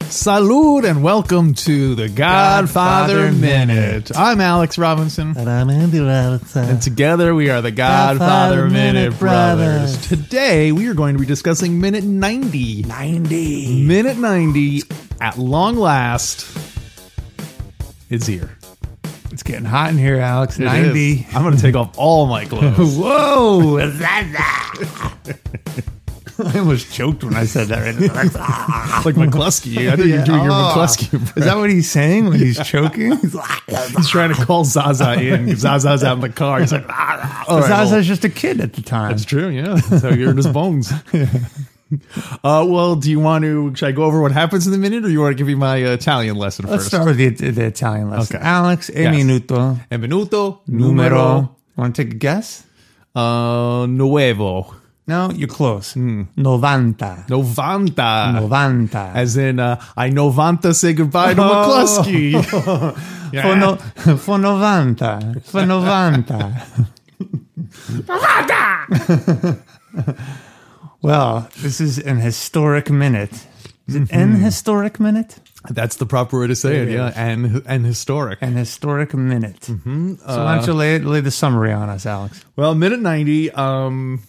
Salud and welcome to the Godfather, Godfather Minute. I'm Alex Robinson, And I'm Andy Robinson. and together we are the Godfather, Godfather Minute, Minute Brothers. Brothers. Today we are going to be discussing minute 90. 90. Minute 90, at long last, it's here. It's getting hot in here, Alex. It 90. is. I'm going to take off all my clothes. Whoa. I almost choked when I said that. Right like McCluskey. I think you're doing your Oh. McCluskey impression. Is that what he's saying when he's choking? He's He's trying to call Zaza in. 'cause Zaza's out in the car. He's like, ah, ah." All right, well- Zaza's just a kid at the time. That's true. Yeah. So you're in his bones. Uh, well, do you want to? Should I go over what happens in the minute, or you want to give me my uh, Italian lesson Let's first? start with the, the Italian lesson. Okay. Alex, e Yes. minuto, E minuto numero. Want to take a guess? uh, nuevo No, you're close. Novanta. novanta, Novanta. as in uh, I novanta say goodbye to Oh. McCluskey. Oh, yeah. For, no, for novanta. For novanta. well, this is an historic minute. Is it an historic minute? That's the proper way to say it. Yeah, and and historic. An historic minute. so why don't you lay, lay the summary on us, Alex? Well, minute 90, um,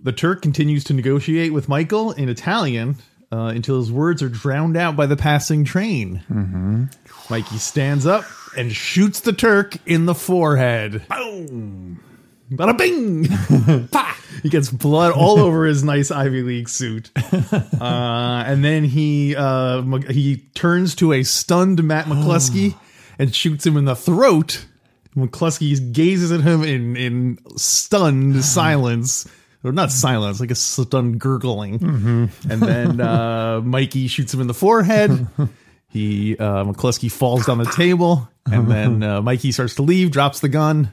the Turk continues to negotiate with Michael in Italian uh, until his words are drowned out by the passing train. Mm-hmm. Mikey stands up and shoots the Turk in the forehead. Boom! Bada bing! Pa! He gets blood all over his nice Ivy League suit. Uh, and then he uh, Mc- he turns to a stunned Matt McCluskey and shoots him in the throat. McCluskey gazes at him in in stunned silence. Or not silence, like a stunned gurgling. And then uh, Mikey shoots him in the forehead. He uh, McCluskey falls down the table, and then uh, Mikey starts to leave, drops the gun,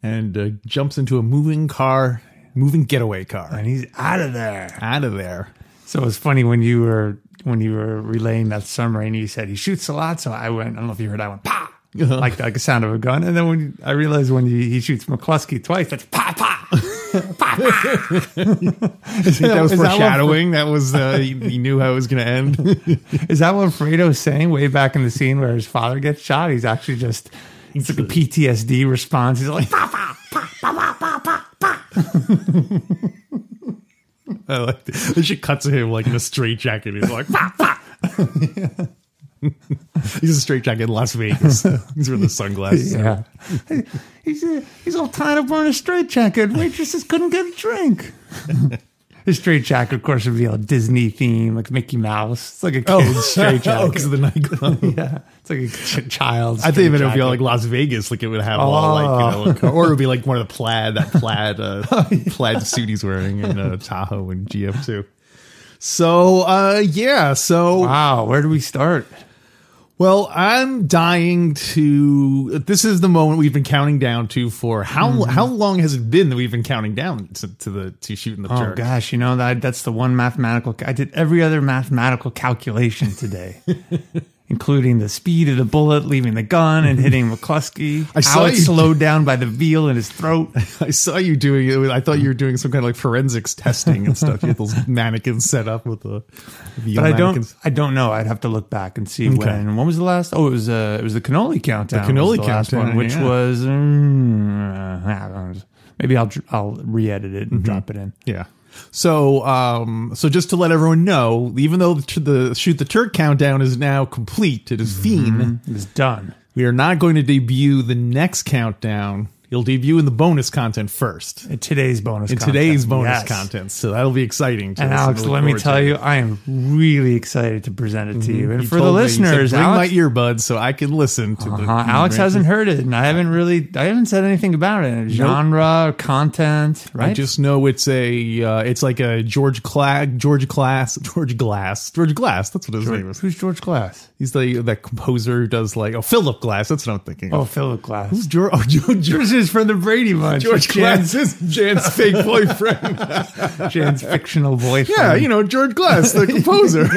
and uh, jumps into a moving car, moving getaway car, And he's out of there. out of there. So it's funny when you were when you were relaying that summary and you said he shoots a lot. So I went. I don't know if you heard. I went pa. Like like the sound of a gun, and then when you- I realized when he, he shoots McCluskey twice, that's pa pa pa pa. that was Is that what- foreshadowing. That, was uh, he, he knew how it was going to end. Is that what Fredo's saying way back in the scene where his father gets shot? He's actually just it's like a PTSD response. He's like, "Pa, pa, pa, pa, pa, pa, pa, pa." I like that. Then she cuts to him like in a straight jacket. He's like, "Fuck, fuck." he's a straight jacket in Las Vegas. he's wearing the sunglasses. yeah. he's uh, he's all tied up wearing a straitjacket. Waitresses couldn't get a drink. His straitjacket, of course, would be a Disney theme, like Mickey Mouse. It's like a Oh. kid's straight jacket. straitjacket. of the nightclub. yeah, it's like a ch- child's. I think even if straitjacket. you're like Las Vegas, like it would have all like, you know, or it would be like one of the plaid, that plaid, uh, plaid suit he's wearing in uh, Tahoe and GF2. So, uh, yeah. So, Wow, where do we start? Well, I'm dying to. This is the moment we've been counting down to for how Mm-hmm. how long has it been that we've been counting down to, to the to shooting the Oh jerk? gosh, you know that that's the one mathematical. I did every other mathematical calculation today, including the speed of the bullet leaving the gun and hitting McCluskey. I saw how it's you- slowed down by the veal in his throat. I saw you doing it. I thought you were Mm-hmm. doing some kind of like forensics testing and stuff. You had those mannequins set up with the. the But I mannequins. don't. I don't know. I'd have to look back and see Okay. when. When was the last? Oh, it was. Uh, it was the cannoli countdown. The cannoli was last countdown, one, which yeah. was. mm, maybe I'll dr- I'll re-edit it and Mm-hmm. drop it in. Yeah. So, um, so just to let everyone know, even though the, the shoot the Turk countdown is now complete, it is fiend. Mm, It was done. We are not going to debut the next countdown. It'll debut in the bonus content first. In today's bonus. in today's bonus Yes. content. So that'll be exciting. To And listen- Alex, look let me forward tell to. Mm-hmm. you, I am really excited to present it to you. And You for the told me, you said, Mm-hmm. listeners, bring Alex, my earbuds so I can listen to the. uh, Alex hasn't heard it, and I haven't really, I haven't said anything about it. Genre, or content, right? I just know it's a. Uh, it's like a George Clag, George Glass, George Glass, George Glass. That's what his name is. who's George Glass? He's the that composer who does like oh Philip Glass. That's what I'm thinking. Oh, of. Philip Glass. George, oh, George, George, is from the Brady Bunch. George Glass Jan's, is Jan's fake boyfriend. Jan's fictional boyfriend. yeah, you know, George Glass, the composer.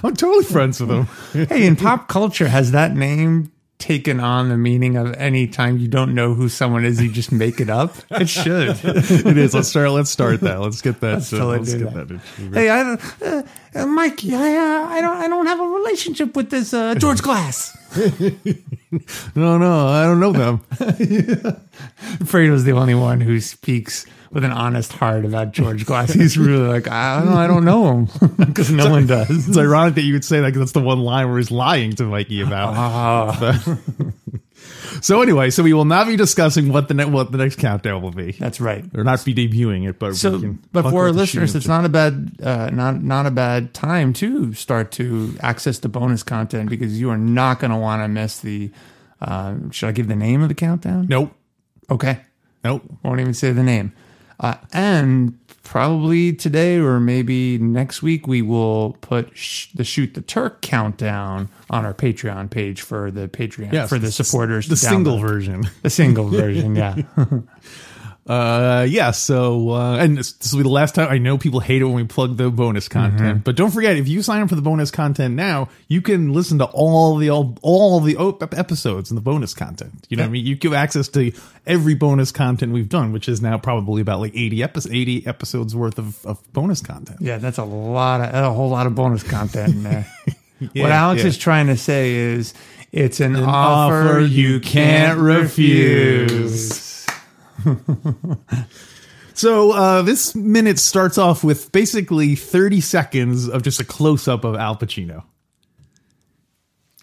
I'm totally friends with him. Hey, in pop culture, has that name taken on the meaning of any time you don't know who someone is, you just make it up? It should. It is. Let's start. Let's start that. Let's get that. Let's, totally let's do get that. that. in. hey, I, uh, uh, Mikey, I, uh, I don't, I don't have a relationship with this uh, George Glass. No, no, I don't know them. Fredo's the only one who speaks with an honest heart about George Glass. He's really like, I don't, I don't know him because no one does. It's ironic that you would say that 'cause that's the one line where he's lying to Mikey about. Oh, So anyway, so we will not be discussing what the ne- what the next countdown will be, that's right. or not be debuting it. But we So, can but talk for our about the listeners, shooting it's not a bad, uh, not not a bad time to start to access the bonus content because you are not going to want to miss the. Uh, should I give the name of the countdown? Nope, Okay, nope. won't even say the name. Uh, and probably today or maybe next week we will put sh- the shoot the Turk countdown on our Patreon page for the Patreon Yes, for the it's- supporters. the to download. single version. the single version, yeah. Uh, yeah. So, uh, and this, this will be the last time. I know people hate it when we plug the bonus content, but don't forget if you sign up for the bonus content now, you can listen to all the all, all the op- episodes and the bonus content. You know, what I mean, you give access to every bonus content we've done, which is now probably about like eighty episodes, eighty episodes worth of, of bonus content. Yeah, that's a lot of a whole lot of bonus content in there. what Yeah, Alex yeah. is trying to say is it's an, offer, offer you you can't can't refuse. refuse. So uh, this minute starts off with basically thirty seconds of just a close up of Al Pacino.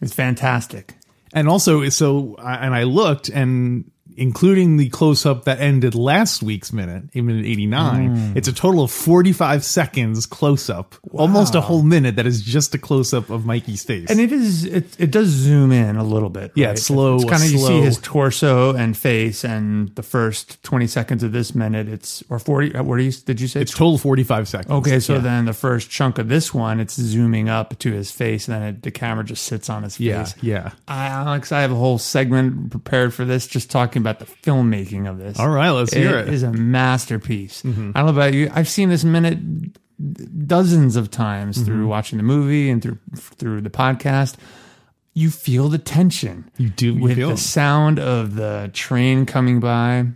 It's fantastic. And also, so I- and I looked, and including the close up that ended last week's minute, in minute eighty nine, Hmm. it's a total of forty five seconds close up, almost a whole minute that is just a close up of Mikey's face. And it is it, it does zoom in a little bit. Yeah, right? it's slow- It's kind of you slow. see his torso and face, and the first twenty seconds of this minute, it's or forty. uh, What do you did you say? it's total forty five seconds. okay, so Yeah. then the first chunk of this one, it's zooming up to his face, and then it, the camera just sits on his face. yeah, yeah. I, Alex, I have a whole segment prepared for this, just talking about the filmmaking of this. All right, let's hear it. Mm-hmm. It is a masterpiece. I don't know about you. I've seen this minute dozens of times Mm-hmm. through watching the movie and through through the podcast. You feel the tension. You do- you with feel the it. sound of the train coming by,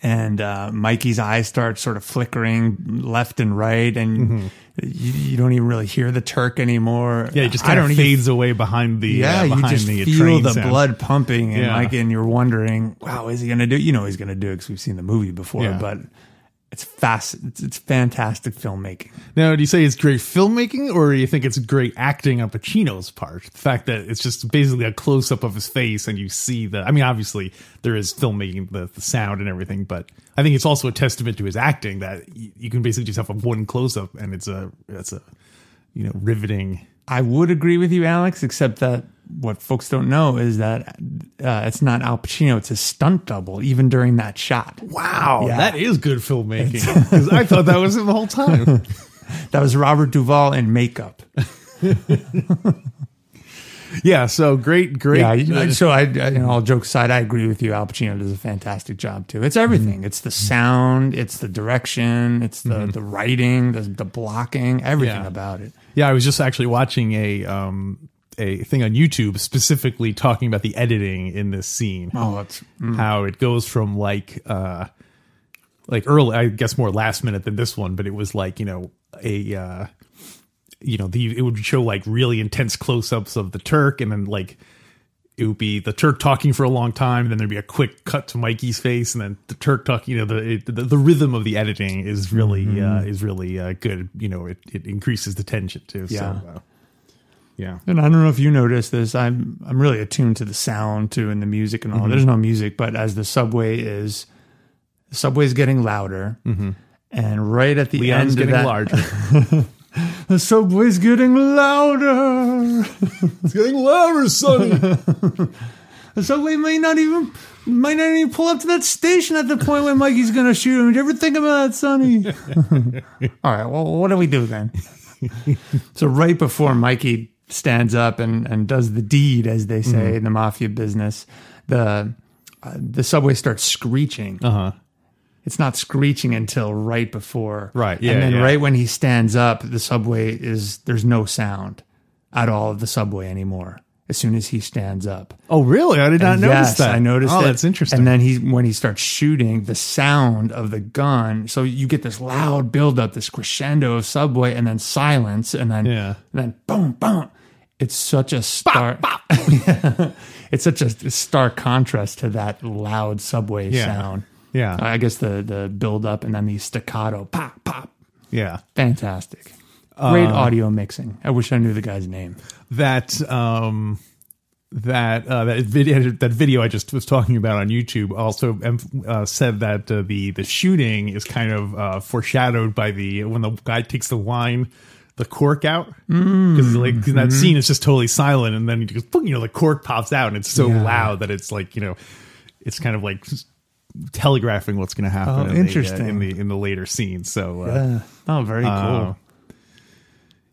and uh, Mikey's eyes start sort of flickering left and right, and you, you don't even really hear the Turk anymore. Mm-hmm. yeah, it just I kind don't of even fades away behind the yeah, uh, you behind just the feel train the sound. blood pumping, and Yeah. like, and you're wondering, wow, is he gonna do? You know, he's gonna do it because we've seen the movie before, Yeah. but it's fast. It's, it's fantastic filmmaking. Now, do you say it's great filmmaking, or do you think it's great acting on Pacino's part? The fact that it's just basically a close up of his face, and you see the. I mean, obviously there is filmmaking, the, the sound and everything, but I think it's also a testament to his acting that you, you can basically just have a one close up, and it's a that's a you know riveting. I would agree with you, Alex, except that what folks don't know is that uh, it's not Al Pacino; it's his stunt double, even during that shot. Wow, Yeah. that is good filmmaking. 'Cause I thought that was him the whole time. That was Robert Duvall in makeup. yeah, so great, great. Yeah, you- so I, I- you know, all jokes aside, I agree with you. Al Pacino does a fantastic job too. It's everything. Mm-hmm. It's the sound. It's the direction. It's the the writing. The, the blocking. Everything Yeah. about it. Yeah, I was just actually watching a um a thing on YouTube specifically talking about the editing in this scene. Oh, it's How it goes from like uh like early I guess more last minute than this one, but it was like, you know, a uh you know, the it would show like really intense close ups of the Turk and then like it would be the Turk talking for a long time, then there'd be a quick cut to Mikey's face, and then the Turk talking. You know, the it, the, the rhythm of the editing is really uh, is really uh, good. You know, it, it increases the tension too. Yeah. So, uh, yeah. And I don't know if you noticed this. I'm I'm really attuned to the sound too and the music and all. Mm-hmm. There's no music, but as the subway is, the subway's getting louder. And right at the Mm-hmm. Leon's end getting of that, larger. the subway's getting louder. it's getting louder, Sonny. The subway may not even might not even pull up to that station at the point where Mikey's gonna shoot him. Did you ever think about that, Sonny? All right, well what do we do then? so right before Mikey Mm-hmm. stands up and, and does the deed, as they say in the mafia business, the uh, the subway starts screeching. Uh huh. It's not screeching until right before. Right, yeah, And then yeah. right when he stands up, the subway is there's no sound at all of the subway anymore. As soon as he stands up. Oh, really? I did not notice yes, that. I noticed Oh, it. that's interesting. And then he when he starts shooting, the sound of the gun. So you get this loud buildup, this crescendo of subway, and then silence, and then Yeah. and then boom, boom. It's such a stark. it's such a stark contrast to that loud subway Yeah. sound. yeah, I guess the the build up and then the staccato pop pop. yeah. Fantastic. Great Uh, audio mixing. I wish I knew the guy's name. that um that uh, that video that video I just was talking about on YouTube also um, uh, said that uh, the the shooting is kind of uh, foreshadowed by the when the guy takes the wine the cork out Mm. because like 'cause Mm-hmm. that scene is just totally silent and then you just boom, you know the cork pops out and it's so Yeah. loud that it's like you know it's kind of like just telegraphing what's going to happen Oh, in the, uh, interesting. in the in the later scene so uh, oh, very cool. uh,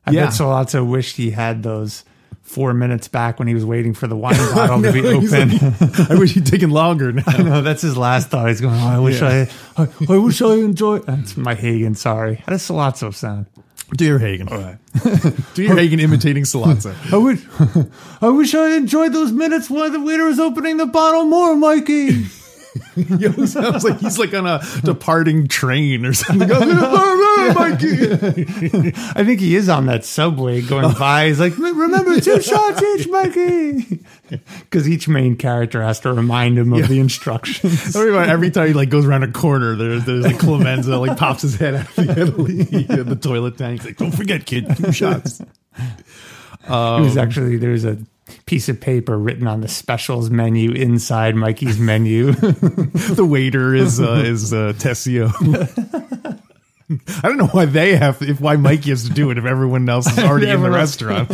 I yeah. bet Solazzo wished he had those four minutes back when he was waiting for the wine bottle to be He's open. like, I wish he'd taken longer now. no, that's his last thought. He's going, oh, I wish I, I, I wish I enjoyed. That's my Hagen, sorry. How does Solazzo sound? Dear Hagen. Dear Hagen imitating Salazzo. I wish, I wish I enjoyed those minutes while the waiter was opening the bottle more, Mikey. He always sounds like he's like on a departing train or something. Oh, Mikey. I think he is on that subway going by. He's like, remember, two shots each, Mikey. Because each main character has to remind him of the instructions. Every, every time he like goes around a corner, there, there's like Clemenza like pops his head out of the, of the, the toilet tank. He's like, don't forget, kid, two shots. It Mm-hmm. was actually there was a piece of paper written on the specials menu inside Mikey's menu. The waiter is uh, is uh, Tessio. I don't know why they have if why Mikey has to do it if everyone else is already in the Everyone else- restaurant.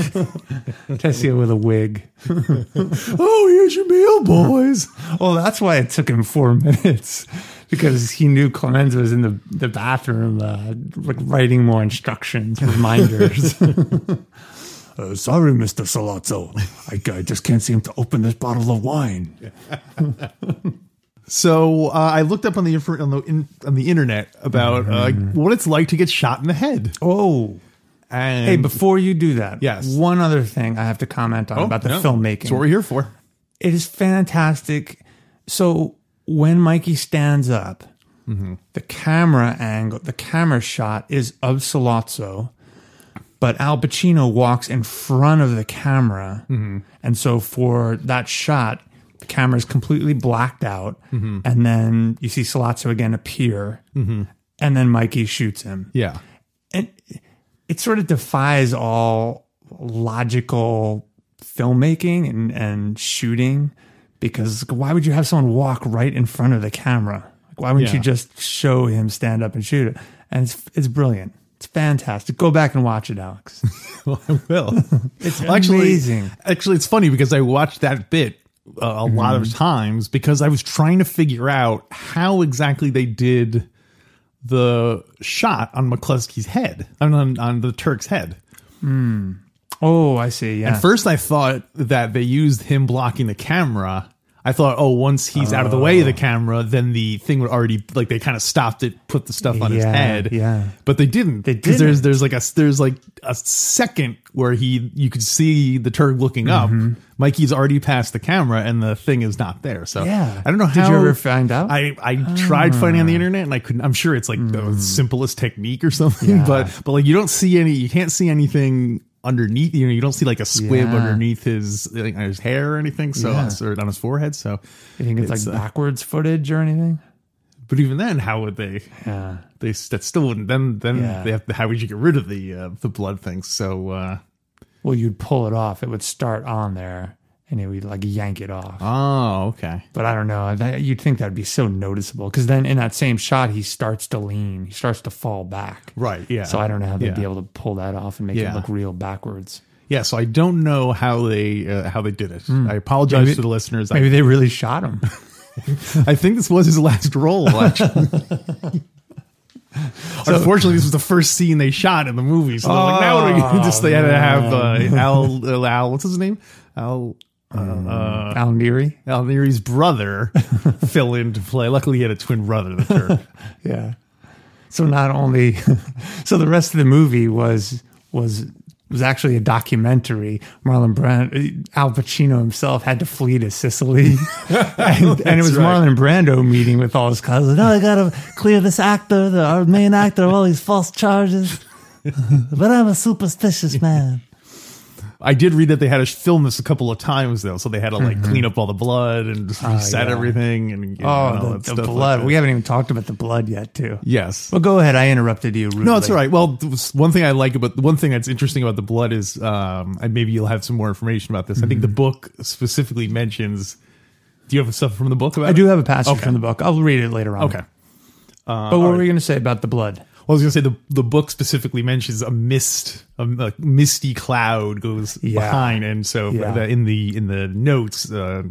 Tessio with a wig. oh, here's your meal, boys. Well, that's why it took him four minutes because he knew Clemenza was in the, the bathroom, uh, like writing more instructions, reminders. uh, sorry, Mister Salazzo, I, I just can't seem to open this bottle of wine. So uh, I looked up on the inf- on the in, on the internet about uh, Mm-hmm. what it's like to get shot in the head. Oh. And Hey, before you do that, Yes. one other thing I have to comment on Oh, about the no. filmmaking. That's what we're here for. it is fantastic. So when Mikey stands up, the camera angle, the camera shot is of Salazzo, but Al Pacino walks in front of the camera, and so for that shot, the camera is completely blacked out, and then you see Salazzo again appear, and then Mikey shoots him Yeah. and it sort of defies all logical filmmaking and, and shooting because why would you have someone walk right in front of the camera? Like, why wouldn't Yeah. you just show him stand up and shoot it? And it's, it's brilliant. It's fantastic. Go back and watch it, Alex. Well, I will. It's actually, amazing. Actually, it's funny because I watched that bit uh, a lot Mm-hmm. of times because I was trying to figure out how exactly they did the shot on McCluskey's head, on on, on the Turk's head. Oh, I see. Yeah. At first, I thought that they used him blocking the camera. I thought, oh, once he's out of the way of the Oh. camera, then the thing would already like they kind of stopped it, put the stuff on his Yeah, head. yeah. but they didn't. They didn't. There's there's like a there's like a second where he you could see the turd looking Mm-hmm. up. Mikey's already past the camera, and the thing is not there. So Yeah. I don't know Did you how. ever find out? Ah. I I tried finding on the internet, and I couldn't. I'm sure it's like Hmm. the simplest technique or something. But but like you don't see any, you can't see anything underneath. You know, you don't see like a squib Yeah. underneath his like, his hair or anything. So Yeah. or on his forehead. So, you think it's, it's, uh, like backwards footage or anything? but even then, how would they? Yeah. They s- that still wouldn't. Then then Yeah. they have. to- How would you get rid of the uh, the blood thing? So uh Well, you'd pull it off. It would start on there and it would like yank it off. oh okay But I don't know. That, you'd think that'd be so noticeable because then in that same shot, he starts to lean, he starts to fall back. right yeah. So I don't know how they'd Yeah. be able to pull that off and make Yeah. it look real backwards. yeah. So I don't know how they uh, how they did it. I apologize Hmm. Maybe- to the listeners. I Maybe they really shot him. I think this was his last role, actually. Unfortunately, this was the first scene they shot in the Oh, movie. So they're like, now what are we gonna do? just they had to have uh, Al, uh, Al, what's his name? Al Alan Deary. Almiri's brother fell into play. Luckily, he had a twin brother, the Turk. Yeah. So not only, so the rest of the movie was was was actually a documentary. Marlon Brando, Al Pacino himself had to flee to Sicily, and, and it was right. Marlon Brando meeting with all his cousins. Oh, I gotta clear this actor, the, our main actor, of all these false charges. but I'm a superstitious man. I did read that they had to film this a couple of times though, so they had to like clean up all the blood and just reset Mm-hmm. Ah, yeah. everything and you know, and all Oh, that the, stuff the like blood. that. we haven't even talked about the blood yet, too. yes. Well, go ahead. I interrupted you. Rudely. No, it's all right. Well, th- s- one thing I like about one thing that's interesting about the blood is, um, and maybe you'll have some more information about this. I think the Mm-hmm. book specifically mentions. Do you have stuff from the book about? I do have a passage Okay. from the book. I'll read it later on. Okay. But what were you going to say about the blood? Well, I was going to say the the book specifically mentions a mist, a, a misty cloud goes Yeah. behind, and so Yeah. the- in the in the notes, uh,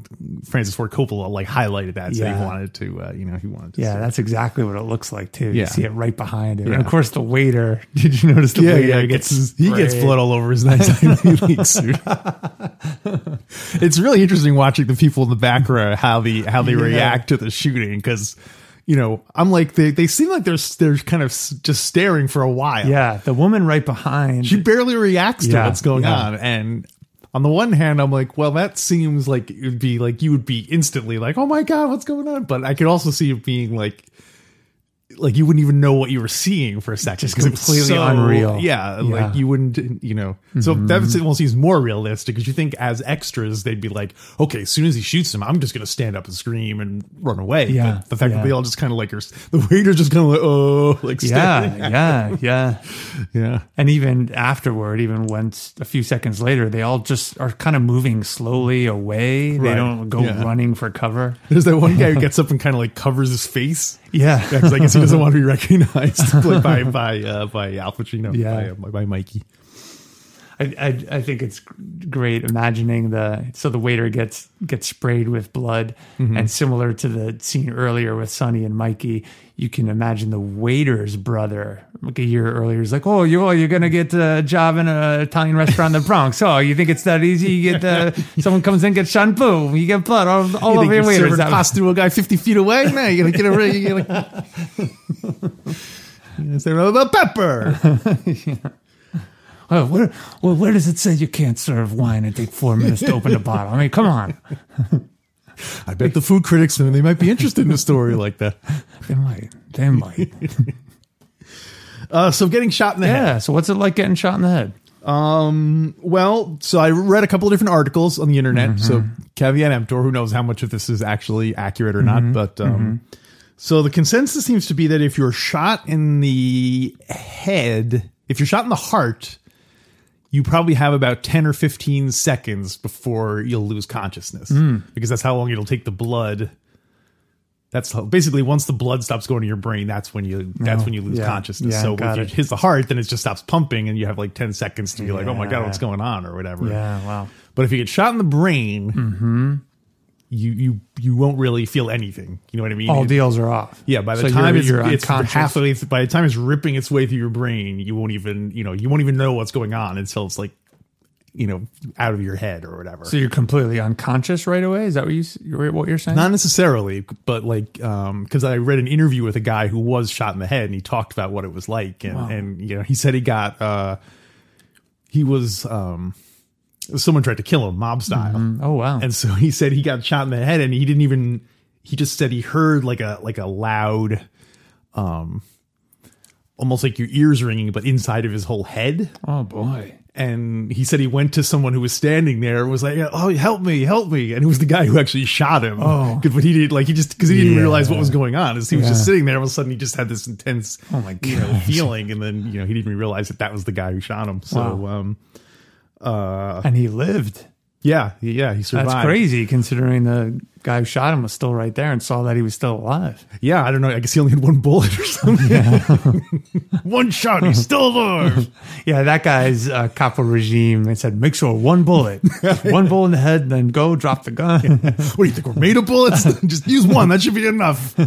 Francis Ford Coppola like highlighted that, so Yeah. he wanted to, uh, you know, he wanted to. Yeah, that's exactly what it looks like too. Yeah. You see it right behind it. Yeah. And of course, the waiter. Did you notice the Yeah, waiter yeah, he gets, gets his- he gets sprayed? blood all over his nice league suit. it's really interesting watching the people in the back row how the how they react to the shooting because you know I'm like they, they seem like they're they're kind of s- just staring for a while. Yeah, the woman right behind. she barely reacts to Yeah, what's going yeah. on and. On the one hand, I'm like, well, that seems like it would be like you would be instantly like, oh my god, what's going on? But I could also see it being like, like you wouldn't even know what you were seeing for a second, Just because it was completely unreal. Yeah, Yeah. Mm-hmm. like you wouldn't, you know. So that almost seems more realistic because you think as extras they'd be like, okay, as soon as he shoots him, I'm just gonna stand up and scream and run away. Yeah, But the fact yeah. that they all just kind of like are, the waiter's just kind of like, oh, like yeah, staring. yeah, yeah. yeah. And even afterward, even once a few seconds later, they all just are kind of moving slowly away. Right. They don't go Yeah. running for cover. There's that one guy who gets up and kind of like covers his face. Yeah. because I guess he doesn't want to be recognized by by by, uh, by Al Pacino, Yeah. by, uh, by Mikey. I, I I think it's great imagining the so the waiter gets gets sprayed with blood Mm-hmm. and similar to the scene earlier with Sonny and Mikey, you can imagine the waiter's brother like a year earlier is like, oh, you're you're gonna get a job in an Italian restaurant in the Bronx. Oh, you think it's that easy? You get uh, someone comes in gets shampoo, you get blood all, all You think over your you're waiters. serving pasta to a guy 50 feet away? No, you're going to get away. You're like, you say, "What about pepper. Oh, where, well, where does it say you can't serve wine and take four minutes to open a bottle? I mean, come on. I bet the food critics, they might be interested in a story like that. They might. They might. Uh, so getting shot in the head. Yeah. So what's it like getting shot in the head? Well, so I read a couple of different articles on the internet. So Mm-hmm. caveat emptor, who knows how much of this is actually accurate or not. Mm-hmm. But um, so the consensus seems to be that if you're shot in the head, if you're shot in the heart, you probably have about 10 or 15 seconds before you'll lose consciousness Mm. because that's how long it'll take the blood. That's how, basically once the blood stops going to your brain, that's when you that's when you lose Oh, yeah. consciousness. Yeah, so got if you it. hits the heart, then it just stops pumping, and you have like 10 seconds to be like, oh my God, Yeah. what's going on, or whatever. Yeah, wow. But if you get shot in the brain, Mm-hmm. you, you, you won't really feel anything. You know what I mean? All It- deals are off. yeah, by the So time you're- it's, you're it's unconscious. halfway, th- by the time it's ripping its way through your brain, you won't even, you know, you won't even know what's going on until it's like, you know, out of your head or whatever. So you're completely unconscious right away. Is that what you s- you're- what you're saying? Not necessarily, but like, um, because I read an interview with a guy who was shot in the head, and he talked about what it was like, and and you know, he said he got, uh, he was, um, someone tried to kill him mob style, oh wow. and so he said he got shot in the head, and he didn't even, he just said he heard like a like a loud, um, almost like your ears ringing, but inside of his whole head, oh boy. and he said he went to someone who was standing there and was like oh help me help me and it was the guy who actually shot him Oh. 'Cause- but he didn't like he just because he didn't Yeah. realize what was going on as he was Yeah. just sitting there all of a sudden he just had this intense Oh my you know, gosh. feeling and then you know he didn't even realize that that was the guy who shot him so Wow. um and he lived. yeah yeah he survived That's crazy considering the guy who shot him was still right there and saw that he was still alive. Yeah, I don't know. I guess he only had one bullet or something. one shot, he's still alive. Yeah, that guy's uh, capo regime. They said, make sure one bullet, one bullet in the head, then go drop the gun. what do you think? We're made of bullets? Just use one. That should be enough.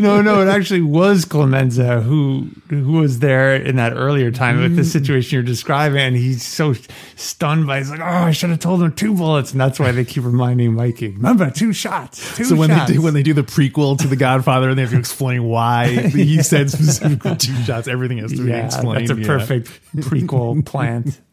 no, no, it actually was Clemenza who who was there in that earlier time with Mm. the situation you're describing, and he's so stunned by. it. He's like, oh, I should have told him two bullets, and that's why they keep reminding Mikey, remember two shots, two So when shots. they do when they do the prequel to The Godfather and they have to explain why he said specifically two shots, everything has to be yeah, explained. that's a yeah. perfect prequel plant.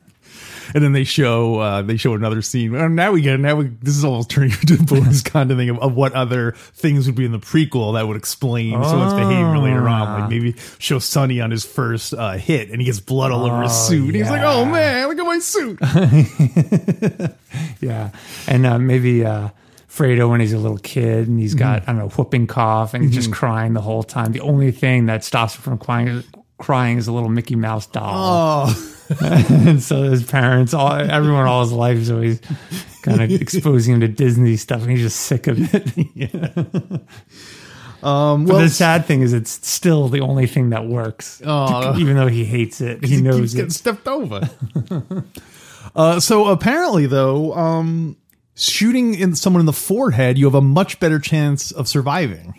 And then they show uh, they show another scene. And now we get now we, this is almost turning into a bonus content thing of, of what other things would be in the prequel that would explain someone's Oh. behavior later on. Like maybe show Sonny on his first uh, hit and he gets blood all over his suit. And He's like, yeah. Oh. oh man, look at my suit. Yeah, and uh, maybe uh, Fredo when he's a little kid and he's got Mm-hmm. I don't know whooping cough and he's just crying the whole time. The only thing that stops him from crying crying is a little Mickey Mouse doll. oh, and so his parents, all everyone, all his life is always kind of exposing him to Disney stuff, and he's just sick of it. um, But well, the sad thing is, it's still the only thing that works, Aw. even though he hates it. He Oh, he knows keeps it. getting stepped over. uh, so apparently, though, um, shooting in someone in the forehead, you have a much better chance of surviving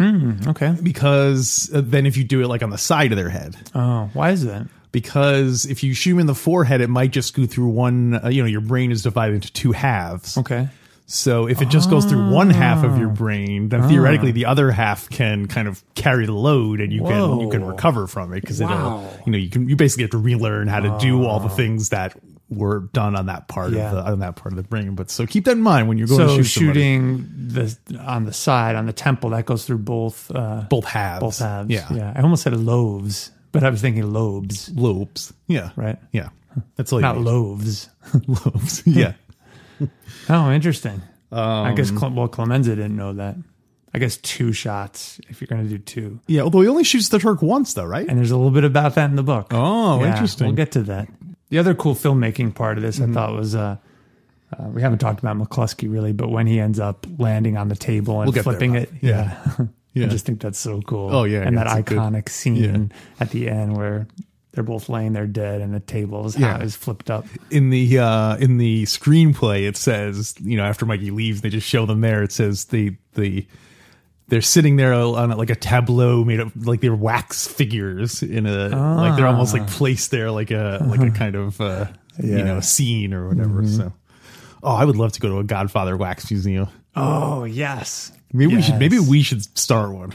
Okay. because uh, than if you do it like on the side of their head. Oh, why is that? Because if you shoot 'em in the forehead, it might just go through one. Uh, you know, your brain is divided into two halves. Okay. So if it just goes through one half of Ah. your brain, then theoretically the other half can kind of carry the load, and you can you can Whoa. recover from it because Wow. Ah. it'll you know you can you basically have to relearn how to do all the things that were done on that part Yeah. of the on that part of the brain. But so keep that in mind when you're going So to shoot somebody, shooting the on the side on the temple that goes through both uh, both halves, both halves. yeah, Yeah. I almost said loaves, but I was thinking lobes, lobes, yeah, right? yeah. That's all you Not need. loaves. lobes, yeah. Oh, interesting. I guess Um, Cle- well, Clemenza didn't know that. I guess two shots if you're going to do two. Yeah, although he only shoots the Turk once, though, right? And there's a little bit about that in the book. Oh, Yeah, interesting. Mm-hmm. We'll get to that. The other cool filmmaking part of this, I thought, was uh, uh, we haven't talked about McCluskey really, but when he ends up landing on the table and We'll get there, flipping Bob. it, Yeah. I Yeah. just think that's so cool. Oh, yeah, and yeah, that it's a good- iconic scene at the end where they're both laying there dead and the table is, Yeah. is flipped up. in the uh in the screenplay it says you know after mikey leaves they just show them there it says the the they're sitting there on like a tableau made of like they're wax figures in a like they're almost like placed there like a like a kind of uh Ah. Yeah. Mm-hmm. you know scene or whatever so oh i would love to go to a godfather wax museum Oh yes. maybe we should Yes. maybe we should start one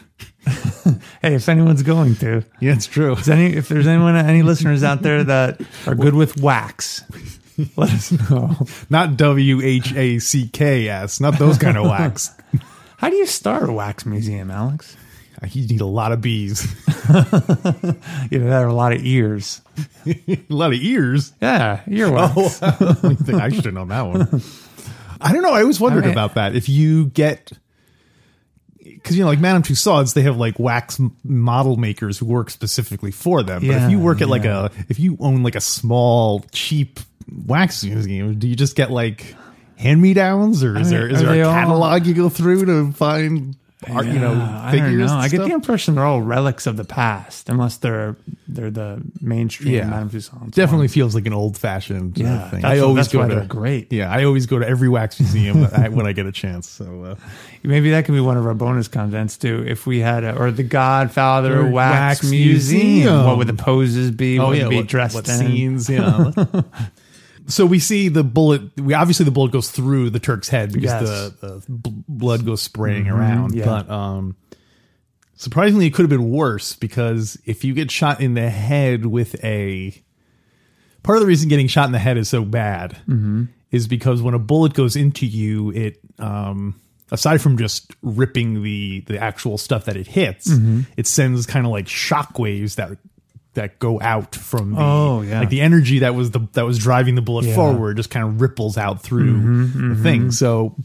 Hey, if anyone's going to, yeah it's true Is any if there's anyone any listeners out there that are good with wax, let us know. not w-h-a-c-k-s not those kind of wax How do you start a wax museum, Alex? you need a lot of bees You know, there are a lot of ears. a lot of ears Yeah, earwax. Oh, I think I should have known that one. I don't know. I always wondered I- about that. If you get, because you know, like Madame Tussauds, they have like wax m- model makers who work specifically for them. but Yeah, if you work at like yeah. a, if you own like a small cheap wax museum, do you just get like hand me downs, or is mean, there is are there they a all- catalog you go through to find, Oh, art, you know, I don't figures? know. and I get stuff? the impression they're all relics of the past, unless they're they're the mainstream Yeah. Madame Tussauds. Definitely feels like an old fashioned Yeah, thing. that's- I always that's go why to they're great. Yeah, I always go to every wax museum when I- when I get a chance. So uh, Maybe that could be one of our bonus contents too. If we had a, or the Godfather Or Wax, Wax museum. Museum. Oh, what would the poses be? what would it be what, dressed what in? scenes? Yeah. so we see the bullet. We obviously the bullet goes through the Turk's head because Yes. Mm-hmm, the, the bl- blood goes spraying around. yeah. But um, surprisingly, it could have been worse because if you get shot in the head with a part of the reason getting shot in the head is so bad Mm-hmm. is because when a bullet goes into you, it um, aside from just ripping the the actual stuff that it hits, Mm-hmm. it sends kind of like shock waves that that go out from the Oh, yeah. like the energy that was the that was driving the bullet forward just kind of ripples out through Mm-hmm, the thing. So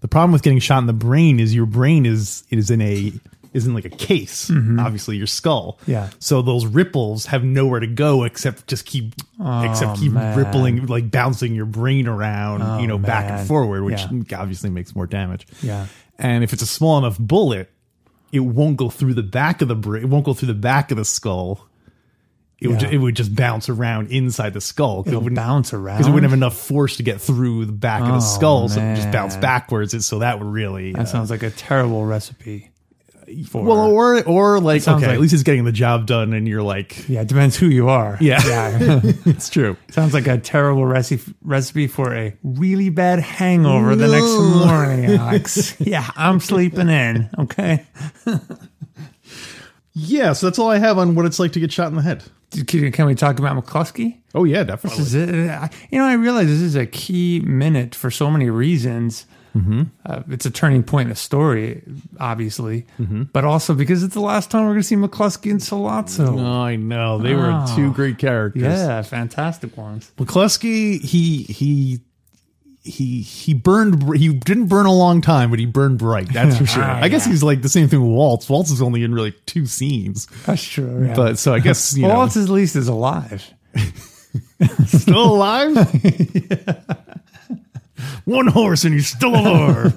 the problem with getting shot in the brain is your brain is it is in a is in like a case, obviously your skull. Mm-hmm. Yeah. So those ripples have nowhere to go except just keep except keep Oh, man. Oh, rippling like bouncing your brain around, you know, back man. and forward, which Yeah. obviously makes more damage. Yeah. And if it's a small enough bullet, it won't go through the back of the brain. It won't go through the back of the skull. It would Yeah. ju- it would just bounce around inside the skull. 'cause it It'll wouldn't bounce around. because it wouldn't have enough force to get through the back of the skull, so it would just man. bounce backwards. And so that would really uh, that sounds like a terrible recipe. For, well, oh, or or like okay, sounds like- at least it's getting the job done, and you're like, yeah, it depends who you are. yeah, it's true. Sounds like a terrible recipe recipe for a really bad hangover the next No. morning, Alex. yeah, I'm sleeping in. Okay. Yeah, so that's all I have on what it's like to get shot in the head. Can can we talk about McCluskey? Oh yeah, definitely. This is it. I- You know, I realize this is a key minute for so many reasons. Uh, it's a turning point in the story, obviously, but also because it's the last time we're going to see McCluskey and Salazzo. Oh, I know they were two great characters. Yeah, fantastic ones. McCluskey, he he he he burned. br- He didn't burn a long time, but he burned bright. That's for sure. Ah, I guess yeah. he's like the same thing with Waltz. Waltz is only in really two scenes, That's true. Yeah. but so I guess you well, know, Wallace at least is alive. still alive. One horse and he's still alive.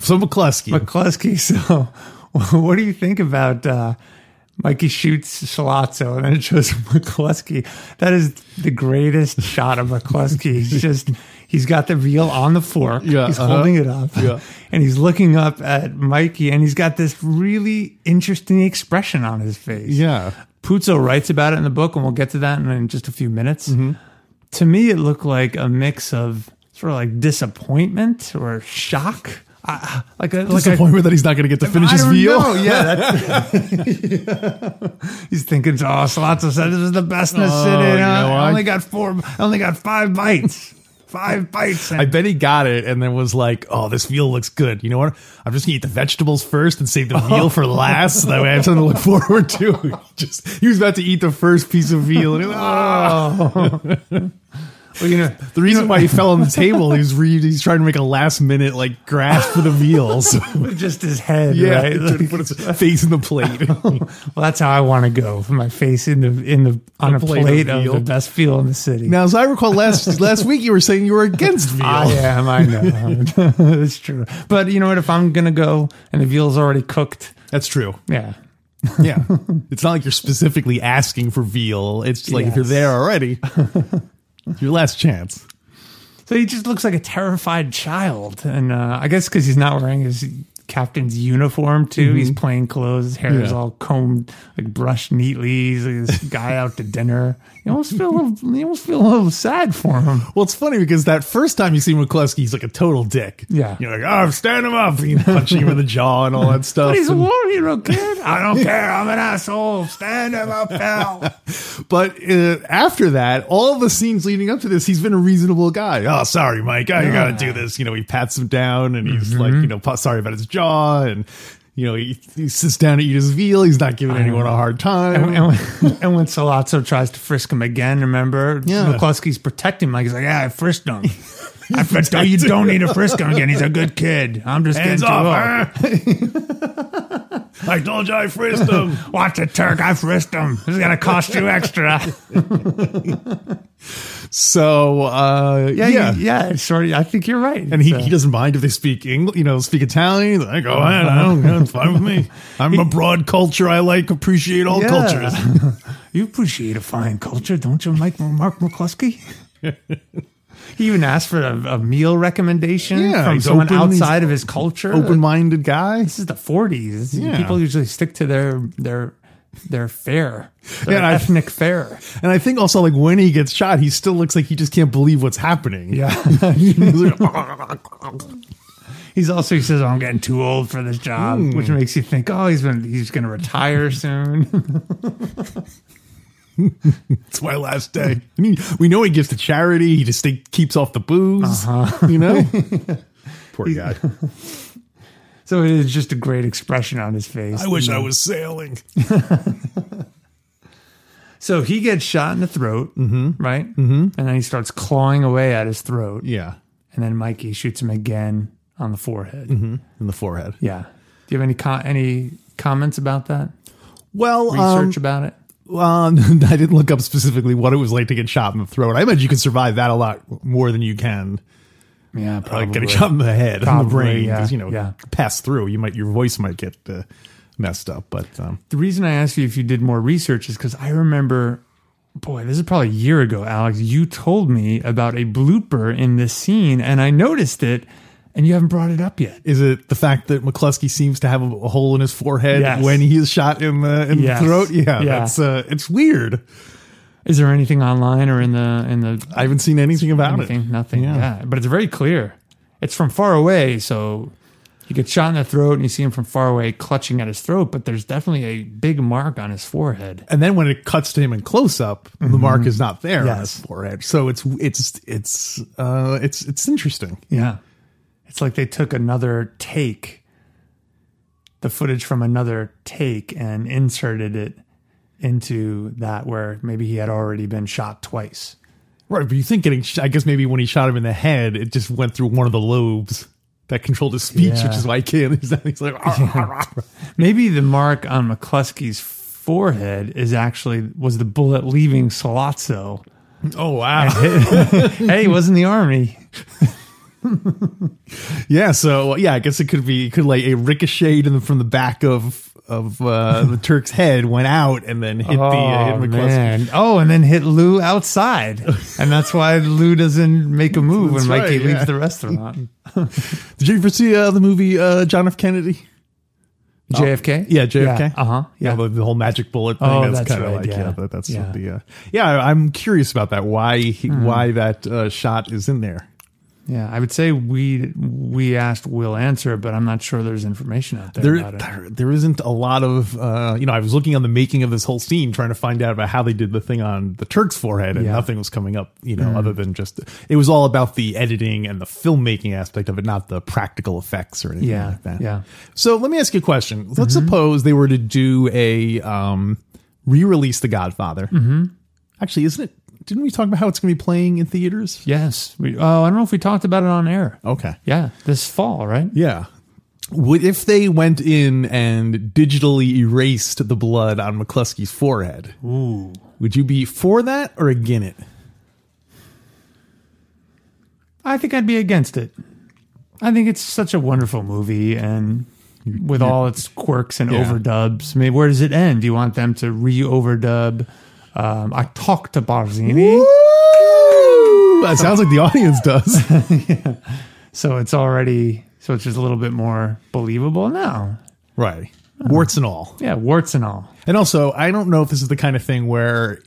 so McCluskey. McCluskey. So, what do you think about uh, Mikey shoots Salazzo and then it shows McCluskey? That is the greatest shot of McCluskey. He's just he's got the reel on the fork. Yeah, he's uh-huh. holding it up. Yeah. and he's looking up at Mikey, and he's got this really interesting expression on his face. yeah. Puzo writes about it in the book, and we'll get to that in, in just a few minutes. Mm-hmm. To me, it looked like a mix of sort of like disappointment or shock, I, like a like a Disappointment that he's not going to get to finish I his don't meal. know. Yeah, that's- he's thinking, "Oh, Salazzo said this is the best in the Oh, city. you I, know I what? only got four. I only got five bites. Five bites." I bet he got it and then was like, "Oh, this meal looks good. You know what? I'm just gonna eat the vegetables first and save the meal for last. So that way I have something to look forward to." just he was about to eat the first piece of veal, and he was, "Ah." Oh." well, you know, the reason why he fell on the table is re- he's trying to make a last minute like grasp for the veal. So just his head. yeah, right? he tried to put his face in the plate. Well, that's how I want to go. with My face in the in the on a plate, plate of of, veal. the best veal in the city. now, as I recall, last last week you were saying you were against veal. I am. I know. it's true. But you know what? If I'm gonna go and the veal's already cooked, That's true. yeah. Yeah, it's not like you're specifically asking for veal. It's just like if you're Yes. there already, it's your last chance. So he just looks like a terrified child, and uh, I guess because he's not wearing his captain's uniform too, he's plain clothes. His hair is Yeah. all combed, like brushed neatly. He's like this guy out to dinner. You almost feel a little, you almost feel a little sad for him. Well, it's funny because that first time you see McCluskey, he's like a total dick. Yeah. You're like, oh, stand him up. You know, punching him in the jaw and all that stuff. But he's a war hero, kid. I don't care. I'm an asshole. Stand up, pal. But uh, after that, all the scenes leading up to this, he's been a reasonable guy. Oh, sorry, Mike. I got to do this. You know, he pats him down and he's Mm-hmm. like, you know, pu- sorry about his jaw. And, you know, he, he sits down to eat his veal. He's not giving anyone a hard time. And, and when, and when Salazzo tries to frisk him again, remember, Mm. Yeah. McCluskey's protecting him. Like he's like, "Yeah, I frisked him. I frisked him. You don't need to frisk him again. He's a good kid. I'm just Hands getting too old. off. huh? I told you I frisked him. Watch it, Turk. I frisked him. This is gonna cost you extra. So, uh, yeah. yeah. Sorry, I think you're right. And he, So- he doesn't mind if they speak English, you know, speak Italian. Like, go ahead, I don't know, it's fine with me. I'm a broad culture. I like appreciate all Yeah. cultures. you appreciate a fine culture, don't you, Mike Mark McCluskey? he even asked for a, a meal recommendation Yeah, from he's someone open, he's outside of his culture. Open-minded guy. this is the 40s. Yeah. People usually stick to their their their fare, their Yeah, and I- ethnic fare. And I think also like when he gets shot, he still looks like he just can't believe what's happening. Yeah. He's like, "Oh, he's also he says, oh, "I'm getting too old for this job," Hmm. which makes you think, "Oh, he's been he's going to retire soon." it's my last day. I mean, we know he gives to charity. He just stay, keeps off the booze. You know, poor guy. so it is just a great expression on his face. I wish I was sailing. So he gets shot in the throat, mm-hmm. right? Mm-hmm. And then he starts clawing away at his throat, Yeah, Mm-hmm. and then Mikey shoots him again on the forehead. in the forehead. Yeah. Do you have any co- any comments about that? Well, um, Research about it? um, I didn't look up specifically what it was like to get shot in the throat. I imagine you can survive that a lot more than you can Yeah, like probably. getting shot in the head, in the Probably, brain, yeah, because you know, yeah. pass through. You might your voice might get uh, messed up, but um, the reason I asked you if you did more research is because I remember, boy, this is probably a year ago, Alex. You told me about a blooper in this scene, and I noticed it, and you haven't brought it up yet. is it the fact that McCluskey seems to have a, a hole in his forehead Yes. when he is shot in the in Yes. the throat? Yeah, Yeah. that's uh, it's weird. Is there anything online or in the in the I haven't seen anything about anything? it. Nothing. Yeah. Yeah. but it's very clear. It's from far away, so you get shot in the throat, and you see him from far away clutching at his throat. But there's definitely a big mark on his forehead. And then when it cuts to him in close up, the mark is not there on his Mm-hmm. Yes. forehead. So it's it's it's uh, it's it's interesting. Yeah, it's like they took another take, the footage from another take, and inserted it into that where maybe he had already been shot twice. Right, but you think getting, sh- I guess maybe when he shot him in the head, it just went through one of the lobes that controlled his speech, Yeah. which is why he can't. He's, he's like, "Arr, arr, arr." Maybe the mark on McCluskey's forehead is actually was the bullet leaving Salazzo. oh, wow. hey, he was in the army. yeah, so yeah, I guess it could be, it could like a ricochet in the, from the back of of uh, the Turk's head went out and then hit the uh, hit McCluskey. man. Oh, and then hit Lou outside, and that's why Lou doesn't make a move That's when Mikey right, yeah. leaves the restaurant. Did you ever see uh, the movie uh, John F. Kennedy? JFK. Yeah, JFK. Uh huh. Yeah. the, the whole magic bullet thing. Oh, that's, that's kind of right, like yeah, yeah. that, that's Yeah. Hmm. what the uh, yeah. I- I'm curious about that. Why he, why that uh, shot is in there? Yeah, I would say we we asked Will answer, but I'm not sure there's information out there, there, about it. there, there isn't a lot of uh, you know i was looking on the making of this whole scene trying to find out about how they did the thing on the turk's forehead and Yeah. Mm. nothing was coming up you know other than just it was all about the editing and the filmmaking aspect of it not the practical effects or anything Yeah, like that yeah. Mm-hmm. so let me ask you a question let's suppose they were to do a um, re-release the godfather mm-hmm. actually isn't it didn't we talk about how it's going to be playing in theaters Yes. We, oh, I don't know if we talked about it on air. okay Yeah, this fall, right? Yeah. Would if they went in and digitally erased the blood on McCluskey's forehead? Ooh. Would you be for that or against it? I think I'd be against it. I think it's such a wonderful movie and with all its quirks and Yeah. overdubs. I mean, where does it end? Do you want them to re overdub? Um, I talked to Barzini, Woo! That sounds like the audience does. so it's already, so it's just a little bit more believable now. right. Warts and all. Yeah, warts and all. And also, I don't know if this is the kind of thing where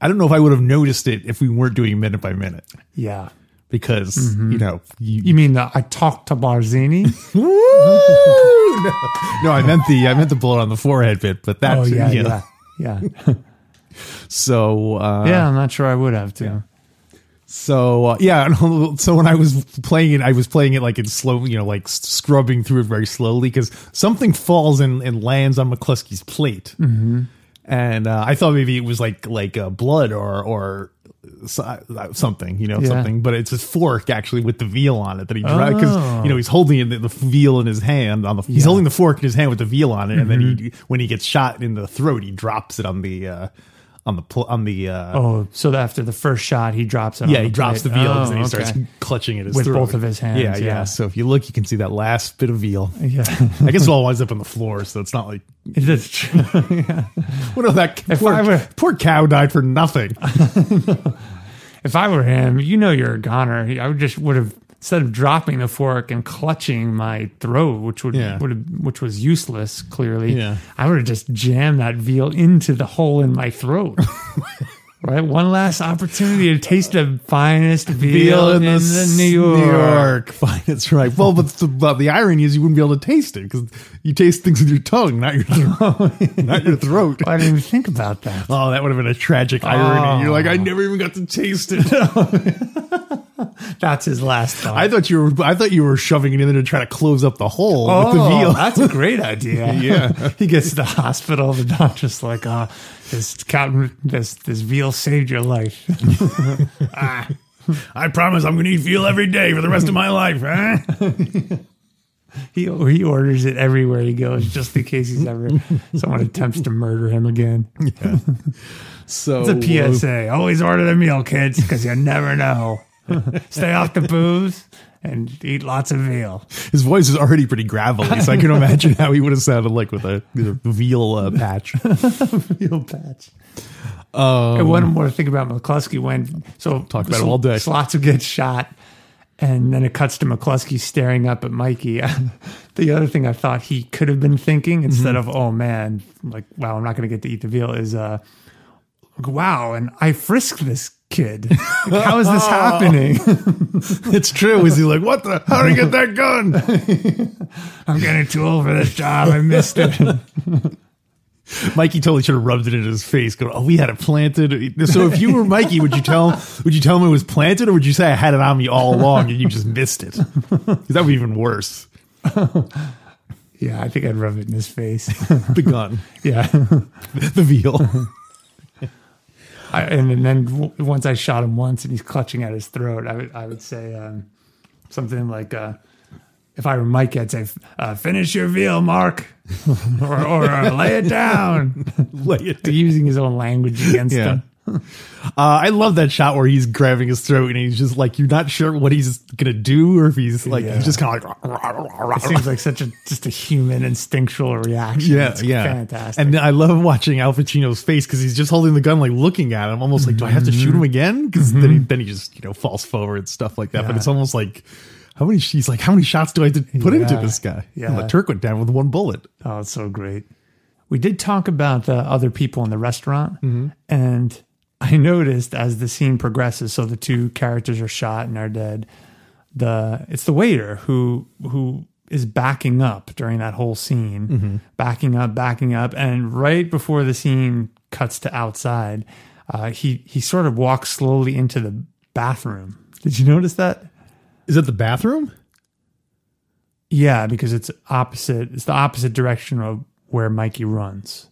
I don't know if I would have noticed it if we weren't doing minute by minute Yeah. because, you know, you, Mm-hmm. You mean the I talked to Barzini? Woo! no, no, I meant the I meant the bullet on the forehead bit, but that's oh, yeah, you know, yeah, yeah. Uh-huh. So uh Yeah, I'm not sure I would have to. So uh, yeah, and so when I was playing it, I was playing it like in slow, you know, like s- scrubbing through it very slowly because something falls and, and lands on McCluskey's plate, mm-hmm. and uh, I thought maybe it was like like uh, blood or or so- something, you know, Yeah. something. But it's a fork actually with the veal on it that he because Oh. you know he's holding it, the, the veal in his hand on the he's holding the fork in his hand with the veal on it, and then Mm-hmm. he when he gets shot in the throat, he drops it on the uh, on the pl- on the uh, Oh, so after the first shot, he drops it. yeah, on he the drops the plate. veal Oh, and then he starts okay. clutching at his With throat. both of his hands, Yeah, yeah, yeah. So if you look, you can see that last bit of veal. Yeah, I guess it all winds up on the floor, so it's not like that's true. what if that poor, I were- poor cow died for nothing. If I were him, you know, you're a goner. I would just would have instead of dropping the fork and clutching my throat, which would Yeah. would have, which was useless clearly. Yeah. I would have just jammed that veal into the hole in my throat. right, one last opportunity to taste the finest veal, in, the, New York. Fine, that's right. Well, but the, but the irony is you wouldn't be able to taste it because you taste things with your tongue, not your Oh, not your throat. I didn't even think about that. Oh, that would have been a tragic Oh. irony. You're like, I never even got to taste it. That's his last thought. I thought you were, I thought you were shoving it in there to try to close up the hole with the veal. Oh, That's a great idea. Yeah. he gets to the hospital. The doctor's like, "Ah, this captain, this this veal saved your life." Ah, I promise I'm going to eat veal every day for the rest of my life. Huh? He he orders it everywhere he goes, just in case he's ever someone attempts to murder him again. So It's a PSA. Always order the meal, kids, because you never know. Stay off the booze and eat lots of veal. his voice is already pretty gravelly, so I can imagine how he would have sounded like with a, with a veal uh, patch. Veal patch. and one more thing about McCluskey when so Talk Um, about it all day. Slots would get shot, and then it cuts to McCluskey staring up at Mikey. the other thing I thought he could have been thinking instead Mm-hmm. of "Oh man, like wow, I'm not going to get to eat the veal" is uh, "Wow, and I frisked this kid. Like, how is this happening?" it's true. Is he like, what the? How did he get that gun? I'm getting too old for this job. I missed it. Mikey totally should have rubbed it in his face. Go, oh, we had it planted. So if you were Mikey, would you tell would you tell him it was planted, or would you say I had it on me all along and you just missed it? 'Cause that would be even worse. Yeah, I think I'd rub it in his face. The gun, Yeah. the veal. I, and then w- once I shot him once and he's clutching at his throat, I would, I would say um, something like, uh, if I were Mike, I'd say, uh, finish your veal, Mark, or, or uh, lay it down. Lay it Using his own language against him. Uh, I love that shot where he's grabbing his throat and he's just like, you're not sure what he's gonna do, or if he's like, Yeah. he's just kind of like, "Rah, rah, rah, rah, It seems like such a just a human instinctual reaction. yeah, It's yeah, fantastic. And I love watching Al Pacino's face because he's just holding the gun, like looking at him, almost like, do I have to Mm-hmm. shoot him again? Because then, he, then he just you know falls forward and stuff like that. But Yeah. it's almost like, how many? He's like, how many shots do I have to put into Yeah, this guy? yeah. the Turk went down with one bullet. Oh, it's so great. We did talk about the other people in the restaurant, and I noticed as the scene progresses, so the two characters are shot and are dead. The it's the waiter who who is backing up during that whole scene, backing up, backing up, and right before the scene cuts to outside, uh, he he sort of walks slowly into the bathroom. Did you notice that? Is that the bathroom? Yeah, because it's opposite. It's the opposite direction of where Mikey runs.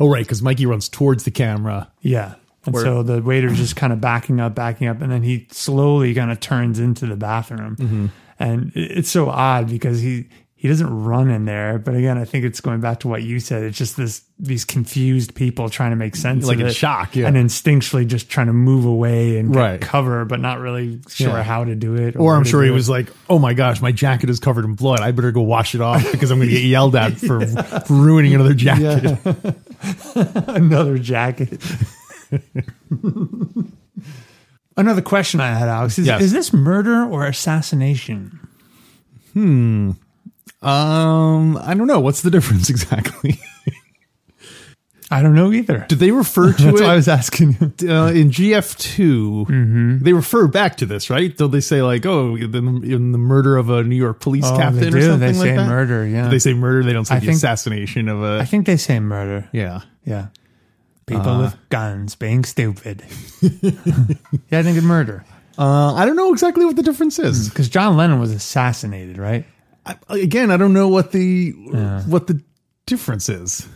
Oh right, because Mikey runs towards the camera. Yeah. And so the waiter's just kind of backing up, backing up, and then he slowly kind of turns into the bathroom. Mm-hmm. And it- it's so odd because he he doesn't run in there. But again, I think it's going back to what you said. It's just this these confused people trying to make sense Like of in it, shock, yeah. and instinctually just trying to move away and get Right. cover, but not really sure Yeah. how to do it. Or where I'm to sure he do it. was like, "Oh my gosh, my jacket is covered in blood. I better go wash it off because I'm going to get yelled at for, for ruining another jacket." another jacket. Another question I had, Alex, is, Yes. is this murder or assassination? Um, I don't know. What's the difference exactly? I don't know either. Did they refer to That's it why I was asking you. uh, in GF2? Mm-hmm. They refer back to this, right? Don't they say like, "Oh, in the, in the murder of a New York police Oh, captain" they or do. something They like say that? murder, yeah. Do they say murder. They don't say I the think- assassination of a. I think they say murder. yeah, Yeah. People with guns being stupid. yeah, I think it's murder. uh, I don't know exactly what the difference is. Because John Lennon was assassinated, right? Hmm. I, again, I don't know what the what the difference is.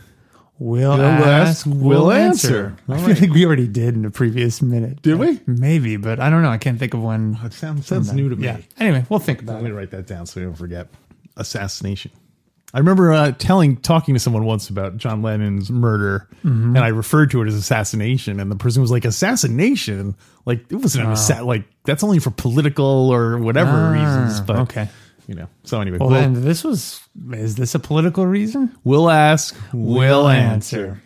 We'll ask, ask, we'll we'll answer. answer. I feel like we already did in the previous minute. Did we? Maybe, but I don't know. I can't think of one. It sounds sounds new to me. Yeah. Oh, Anyway, we'll think I'm about it. gonna write that down so we don't forget. Assassination. I remember uh, telling talking to someone once about John Lennon's murder, Mm-hmm. and I referred to it as assassination, and the person was like, "Assassination? Like it wasn't Oh. an assa- like that's only for political or whatever reasons." But Ah, okay. you know. So anyway, Well, we'll, then this was. Is this a political reason? we'll ask, we'll, answer.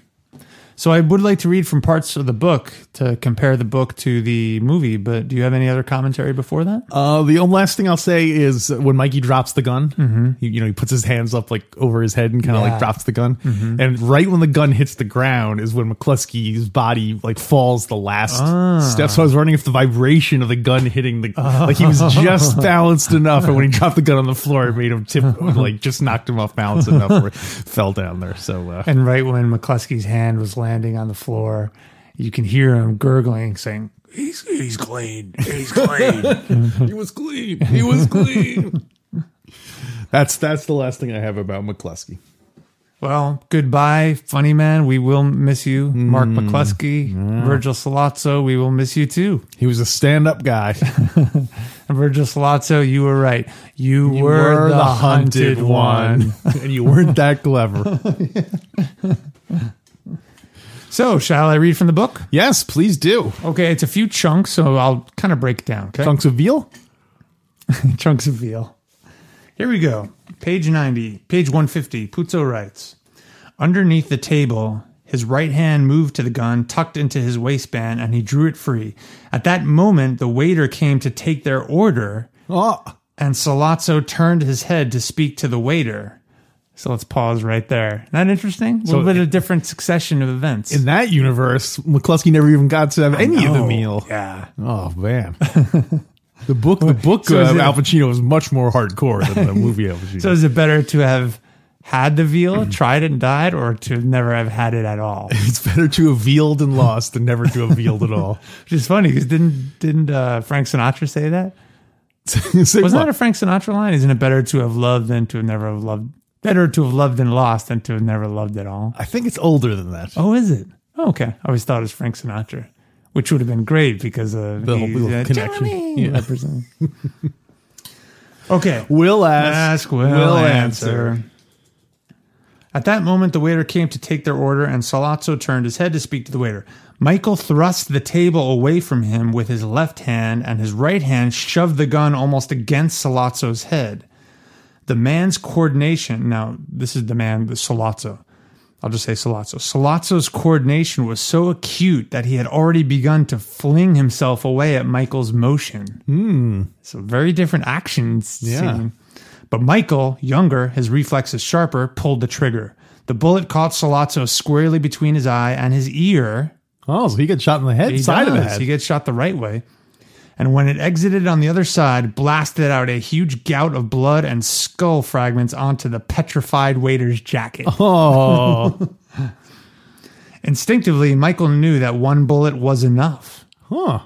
So I would like to read from parts of the book to compare the book to the movie, but do you have any other commentary before that? Uh, the only last thing I'll say is when Mikey drops the gun, he, you know, he puts his hands up like over his head and kind of like Yeah. drops the gun. And right when the gun hits the ground is when McCluskey's body like falls the last step. So I was wondering if the vibration of the gun hitting the like he was just balanced enough, and when he dropped the gun on the floor, it made him tip like just knocked him off balance enough where it fell down there. So uh, And right when McCluskey's hand was landing on the floor, you can hear him gurgling, saying, He's he's clean. He's clean. he was clean. He was clean. that's that's the last thing I have about McCluskey. Well, goodbye, funny man. We will miss you, Mark McCluskey, Virgil Salazzo. We will miss you too. He was a stand up guy. And Virgil Salazzo, you were right. You, were, the, hunted, one. and you weren't that clever. So, shall I read from the book? yes, please do. Okay, it's a few chunks, so I'll kind of break it down. Okay, Chunks of veal? chunks of veal. Here we go. Page 90, page 150. Puzo writes Underneath the table, his right hand moved to the gun, tucked into his waistband, and he drew it free. At that moment, the waiter came to take their order, Oh, and Salazzo turned his head to speak to the waiter. So let's pause right there. Isn't that interesting? A little bit of different succession of events. in that universe, McCluskey never even got to have any of the meal. yeah. Oh man. The book, the book So is of it- Al Pacino is much more hardcore than the movie Al Pacino. So is it better to have had the veal, Mm-hmm. tried it and died, or to never have had it at all? it's better to have vealed and lost than never to have vealed at all. Which is funny because didn't didn't uh, Frank Sinatra say that? Say Wasn't what? that a Frank Sinatra line? Isn't it better to have loved than to have never have loved? Better to have loved and lost than to have never loved at all. I think it's older than that. Oh, is it? Oh, okay, I always thought it was Frank Sinatra, which would have been great because of The whole he's, little uh, connection. Jeremy Yeah. represent- okay, Will ask, ask will, answer. At that moment, the waiter came to take their order, and Salazzo turned his head to speak to the waiter. Michael thrust the table away from him with his left hand, and his right hand shoved the gun almost against Salazzo's head. The man's coordination now, this is the man, the Salazzo. I'll just say Salazzo. Salazzo's coordination was so acute that he had already begun to fling himself away at Michael's motion. So very different actions. Yeah. Scene. But Michael, younger, his reflexes sharper, pulled the trigger. The bullet caught Salazzo squarely between his eye and his ear. Oh, so he got shot in the head, He side of the does. head. He gets shot the right way. And when it exited on the other side, blasted out a huge gout of blood and skull fragments onto the petrified waiter's jacket. oh, Instinctively, Michael knew that one bullet was enough. huh.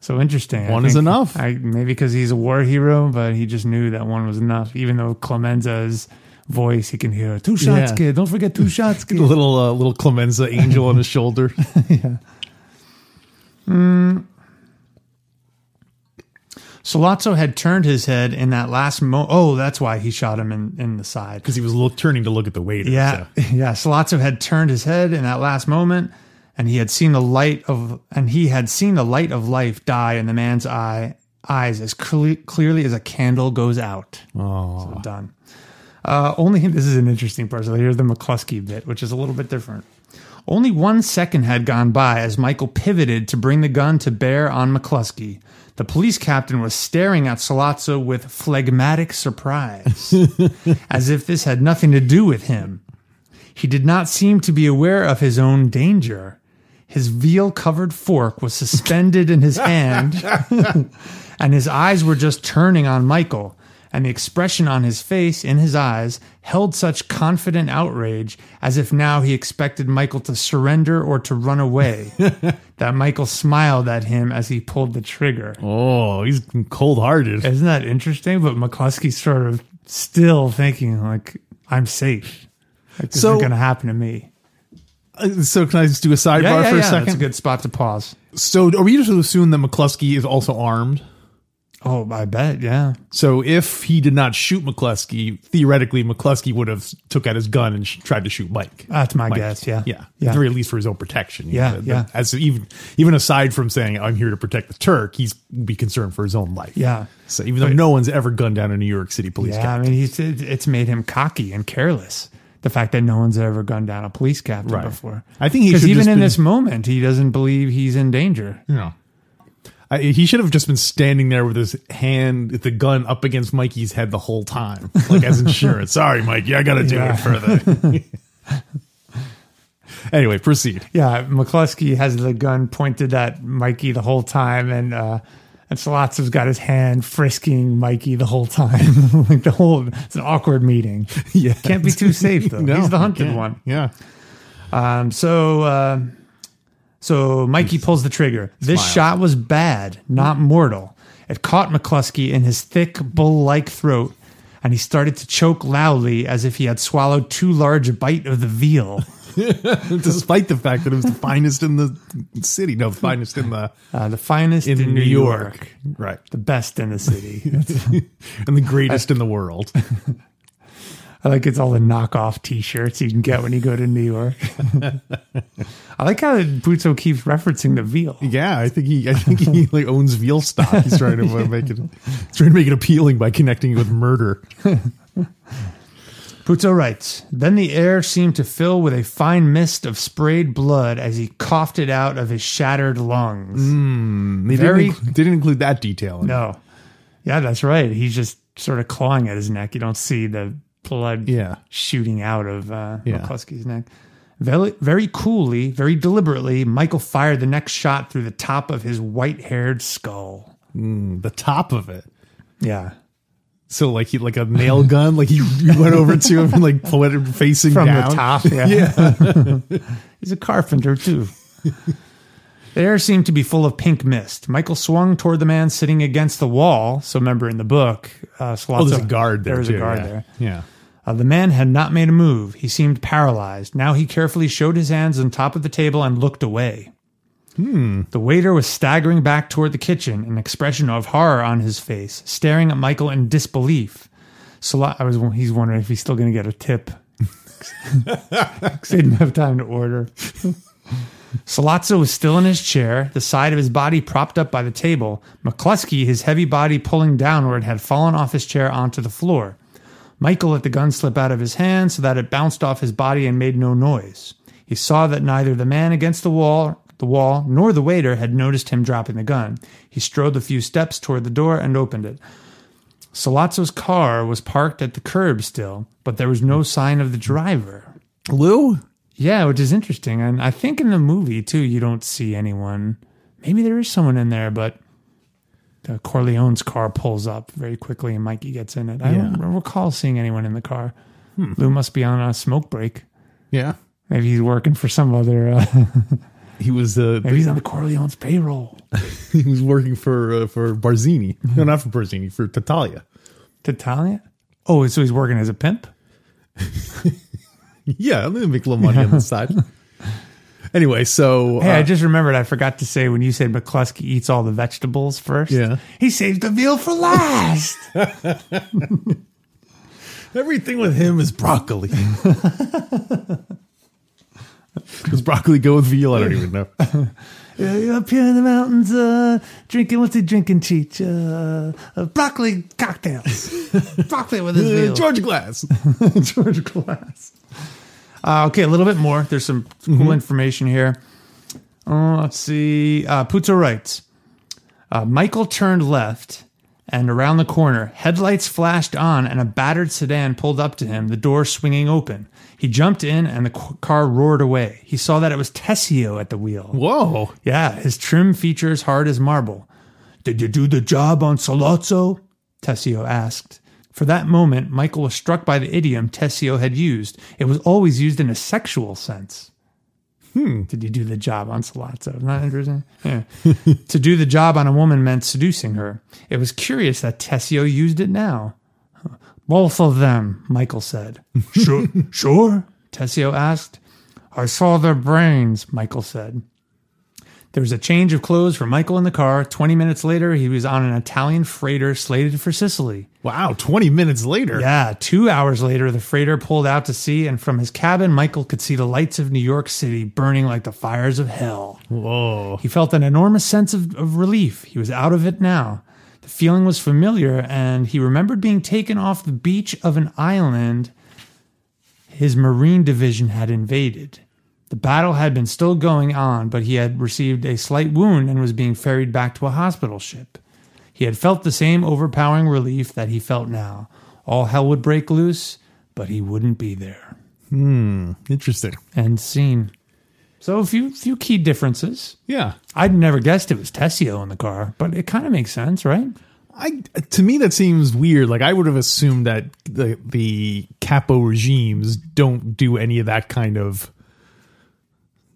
So interesting. I One is think- enough. I, maybe because he's a war hero, but he just knew that one was enough. Even though Clemenza's voice, he can hear two shots, Yeah. kid. Don't forget two shots, kid. A little, uh, little Clemenza angel on his shoulder. Solazzo had turned his head in that last mo. Oh, that's why he shot him in, in the side. Because he was look, turning to look at the waiter. Yeah, so. yeah. Solazzo had turned his head in that last moment, and he had seen the light of and he had seen the light of life die in the man's eye eyes as cle- clearly as a candle goes out. Oh, so done. Uh, only this is an interesting part. So here's the McCluskey bit, which is a little bit different. Only one second had gone by as Michael pivoted to bring the gun to bear on McCluskey. The police captain was staring at Salazzo with phlegmatic surprise, as if this had nothing to do with him. He did not seem to be aware of his own danger. His veal covered fork was suspended in his hand, and his eyes were just turning on Michael. And the expression on his face, in his eyes, held such confident outrage as if now he expected Michael to surrender or to run away, that Michael smiled at him as he pulled the trigger. Oh, he's cold hearted. Isn't that interesting? But McCluskey's sort of still thinking, like, I'm safe. Like, this So- isn't going to happen to me. Uh, So can I just do a sidebar yeah, yeah, for yeah. a second? That's a good spot to pause. So are we just to assume that McCluskey is also armed? Oh, I bet. Yeah. So if he did not shoot McCluskey, theoretically McCluskey would have took out his gun and sh- tried to shoot Mike. That's my Mike. guess. Yeah. yeah, yeah. Yeah. At the very least for his own protection. you Yeah, know, yeah. As even even aside from saying I'm here to protect the Turk, he's be concerned for his own life. Yeah. So even though no one's ever gunned down a New York City police Yeah, I captain, mean, he's, it- it's made him cocky and careless. The fact that no one's ever gunned down a police captain Right. before. I think he because should even just in been- this moment, he doesn't believe he's in danger. you know. I, he should have just been standing there with his hand, with the gun up against Mikey's head the whole time, like as insurance. Sorry, Mikey, I got to do Yeah. it further. anyway, proceed. Yeah, McCluskey has the gun pointed at Mikey the whole time, and uh, and Salazzo's got his hand frisking Mikey the whole time. like the whole, it's an awkward meeting. Yeah. Can't be too safe though. No, he's the you hunted can't. one. Yeah. Um, so, uh, so Mikey pulls the trigger. This shot was bad, not mortal. It caught McCluskey in his thick, bull-like throat. and he started to choke loudly as if he had swallowed too large a bite of the veal. despite the fact that it was the finest in the city. No, finest in the Uh, the finest in, New York. Right. the best in the city. And the greatest in the world. I like it's all the knockoff T-shirts you can get when you go to New York. I like how Butzo keeps referencing the veal. Yeah, I think he I think he like owns veal stock. He's trying to uh, make it he's trying to make it appealing by connecting it with murder. Puto writes, Then the air seemed to fill with a fine mist of sprayed blood as he coughed it out of his shattered lungs. They Very- didn't, inc- didn't include that detail. in it. No. Yeah, that's right. He's just sort of clawing at his neck. You don't see the blood Yeah. shooting out of uh, Yeah. McCluskey's neck. Very, very coolly, very deliberately, Michael fired the next shot through the top of his white haired skull. The top of it. Yeah. So like he like a nail gun, like he, he went over to him and like put it facing From down. the top. Yeah. He's a carpenter, too. The air seemed to be full of pink mist. Michael swung toward the man sitting against the wall. So remember in the book, uh, Oh, there's a guard there. There was too, a guard yeah. there. Yeah. Uh, the man had not made a move. He seemed paralyzed. Now he carefully showed his hands on top of the table and looked away. Hmm. The waiter was staggering back toward the kitchen, an expression of horror on his face, staring at Michael in disbelief. Salat, I was he's wondering if he's still going to get a tip. 'Cause they didn't have time to order. Salazzo was still in his chair, the side of his body propped up by the table. McCluskey, his heavy body pulling downward, had fallen off his chair onto the floor. Michael let the gun slip out of his hand so that it bounced off his body and made no noise. He saw that neither the man against the wall, the wall, nor the waiter had noticed him dropping the gun. He strode the few steps toward the door and opened it. Salazzo's car was parked at the curb still, but there was no sign of the driver. Lou? Yeah, which is interesting. And I think in the movie too, you don't see anyone. Maybe there is someone in there, but uh, Corleone's car pulls up very quickly and Mikey gets in it. I don't recall seeing anyone in the car. Lou must be on a smoke break. Yeah. Maybe he's working for some other. Uh, He was uh, maybe he's on the Corleone's payroll. he was working for uh, for Barzini. No, not for Barzini, for Tatalia. Tatalia. Oh, so he's working as a pimp. Yeah, I'm gonna make a little money on the side. Anyway, so Hey, I uh, just remembered. I forgot to say when you said McCluskey eats all the vegetables first. Yeah. he saves the veal for last. everything with him is broccoli. Does broccoli go with veal? I don't even know. Uh, up here in the mountains, uh, drinking what's he drinking, Cheech? Uh, uh, broccoli cocktails, broccoli with his Uh, veal. George Glass. George Glass. Uh, okay, a little bit more. There's some cool information here. Uh, let's see. Uh, Puto writes uh, Michael turned left and around the corner. Headlights flashed on and a battered sedan pulled up to him, the door swinging open. He jumped in and the qu- car roared away. He saw that it was Tessio at the wheel. Whoa, Yeah, his trim features hard as marble. Did you do the job on Salazzo? Tessio asked. For that moment, Michael was struck by the idiom Tessio had used. It was always used in a sexual sense. Hmm. Did you do the job on Salazzo? Not interesting. Yeah. to do the job on a woman meant seducing her. It was curious that Tessio used it now. Both of them, Michael said. sure, sure? Tessio asked. I saw their brains, Michael said. There was a change of clothes for Michael in the car. 20 minutes later, he was on an Italian freighter slated for Sicily. wow! Twenty minutes later, Yeah, two hours later, the freighter pulled out to sea, and from his cabin, Michael could see the lights of New York City burning like the fires of hell. whoa, He felt an enormous sense of, of relief. He was out of it now. The feeling was familiar, and he remembered being taken off the beach of an island his Marine division had invaded. The battle had been still going on, but he had received a slight wound and was being ferried back to a hospital ship. He had felt the same overpowering relief that he felt now. All hell would break loose, but he wouldn't be there. interesting. End scene. So a few few key differences. Yeah, I'd never guessed it was Tessio in the car, but it kind of makes sense, right? I to me that seems weird. Like I would have assumed that the the capo regimes don't do any of that kind of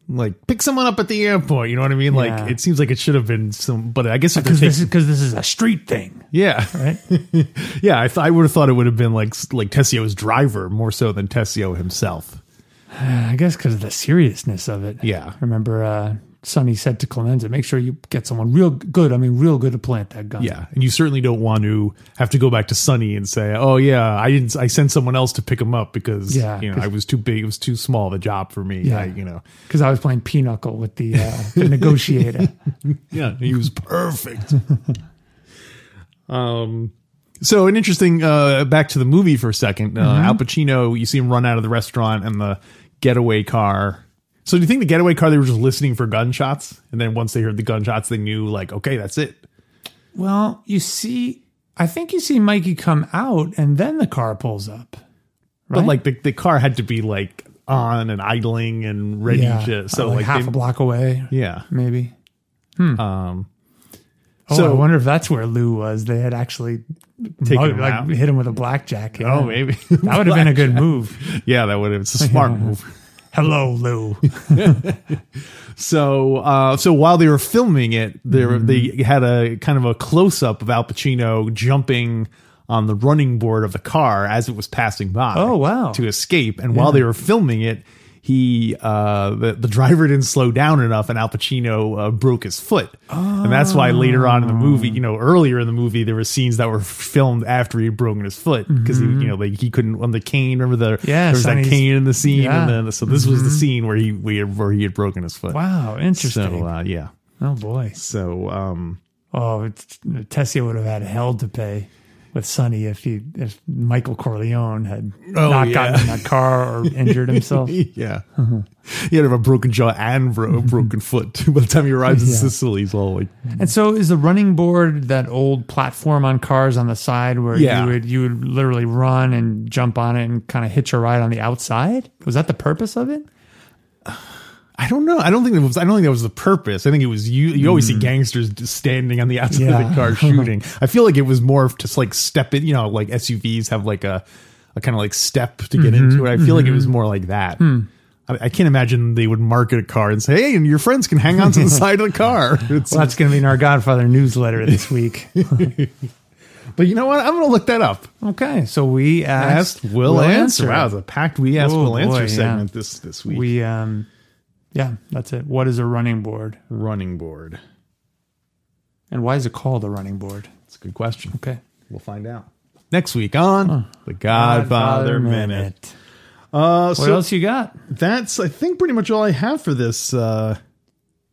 Like pick someone up at the airport. You know what I mean? Like Yeah. it seems like it should have been some, but I guess if they're Because this taking, is because this is a street thing, yeah, right? yeah. I, th- I would have thought it would have been like like Tessio's driver more so than Tessio himself. I guess because of the seriousness of it. Yeah. Remember, uh, Sonny said to Clemenza, "Make sure you get someone real good. I mean, real good to plant that gun." Yeah, and you certainly don't want to have to go back to Sunny and say, "Oh yeah, I didn't. I sent someone else to pick him up because Yeah, you know 'cause- I was too big. It was too small of a job for me. Yeah. I, you know, Because I was playing pinochle with the, uh, the negotiator. yeah, he was perfect." um, so an interesting uh, back to the movie for a 2nd Uh, Mm-hmm. Al Pacino, you see him run out of the restaurant and the getaway car. So do you think the getaway car they were just listening for gunshots, and then once they heard the gunshots, they knew like, okay, that's it. well, you see, I think you see Mikey come out, and then the car pulls up. But Right? like the, the car had to be like on and idling and ready to so like, Uh, half they- a block away, yeah Um, maybe. Hmm. Um. Oh, so- I wonder if that's where Lou was. They had actually mugged- him like out. hit him with a blackjack. yeah. oh maybe that would have been a good move. yeah that would have it's a smart move Hello, Lou. so uh so while they were filming it there Mm-hmm. they had a kind of a close-up of al pacino jumping on the running board of the car as it was passing by Oh, wow. to escape and while they were filming it he uh the, the driver didn't slow down enough and al pacino uh, broke his foot and that's why later on in the movie you know earlier in the movie there were scenes that were filmed after he had broken his foot because he you know like he couldn't on the cane remember the Mm-hmm. Yeah, there was that Sonny's- cane in the scene Yeah. Mm-hmm. and then so this was the scene where he where he had broken his foot Wow, interesting. so uh, yeah oh boy. so um Oh, it's, Tessia would have had hell to pay with Sonny if he if Michael Corleone had Oh, not yeah. gotten in a car or injured himself. yeah he had to have a broken jaw and bro- a broken foot too. by the time he arrives in Yeah. sicily he's all like and so, is the running board that old platform on cars on the side where Yeah. you would you would literally run and jump on it and kind of hitch a ride on the outside? Was that the purpose of it? I don't know. I don't think that was. I don't think that was the purpose. I think it was you. You always see gangsters just standing on the outside of Yeah. the car shooting. I feel like it was more of just like step in. You know, like SUVs have like a, a kind of like step to get into it. I feel like it was more like that. I, I can't imagine they would market a car and say, "Hey, and your friends can hang on to the side of the car." It's- Well, that's going to be in our Godfather newsletter this week. but you know what? I'm going to look that up. okay, so we asked, Asked will, answer. Wow, it's a packed we asked Oh, will answer boy, yeah. segment this this week. We um, yeah, that's it. What is a running board? Running board. And why is it called a running board? It's a good question. Okay. We'll find out next week on the Godfather Minute. Uh, What so else you got? that's I think pretty much all I have for this. Uh,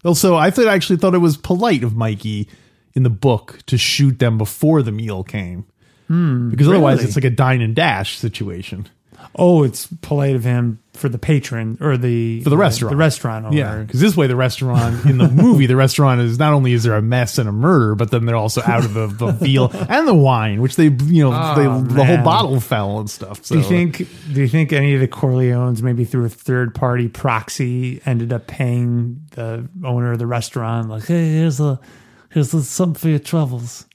also, I thought I actually thought it was polite of Mikey in the book to shoot them before the meal came, because otherwise really? it's like a dine and dash situation. Oh, it's polite of him for the patron or the for the restaurant. the restaurant owner. Yeah, because this way the restaurant in the movie, the restaurant is not only is there a mess and a murder, but then they're also out of the, the veal and the wine, which they you know they, the whole Oh, man. bottle fell and stuff. So Do you think? Do you think any of the Corleones, maybe through a third party proxy, ended up paying the owner of the restaurant? Like, hey, here's a here's a, something for your troubles.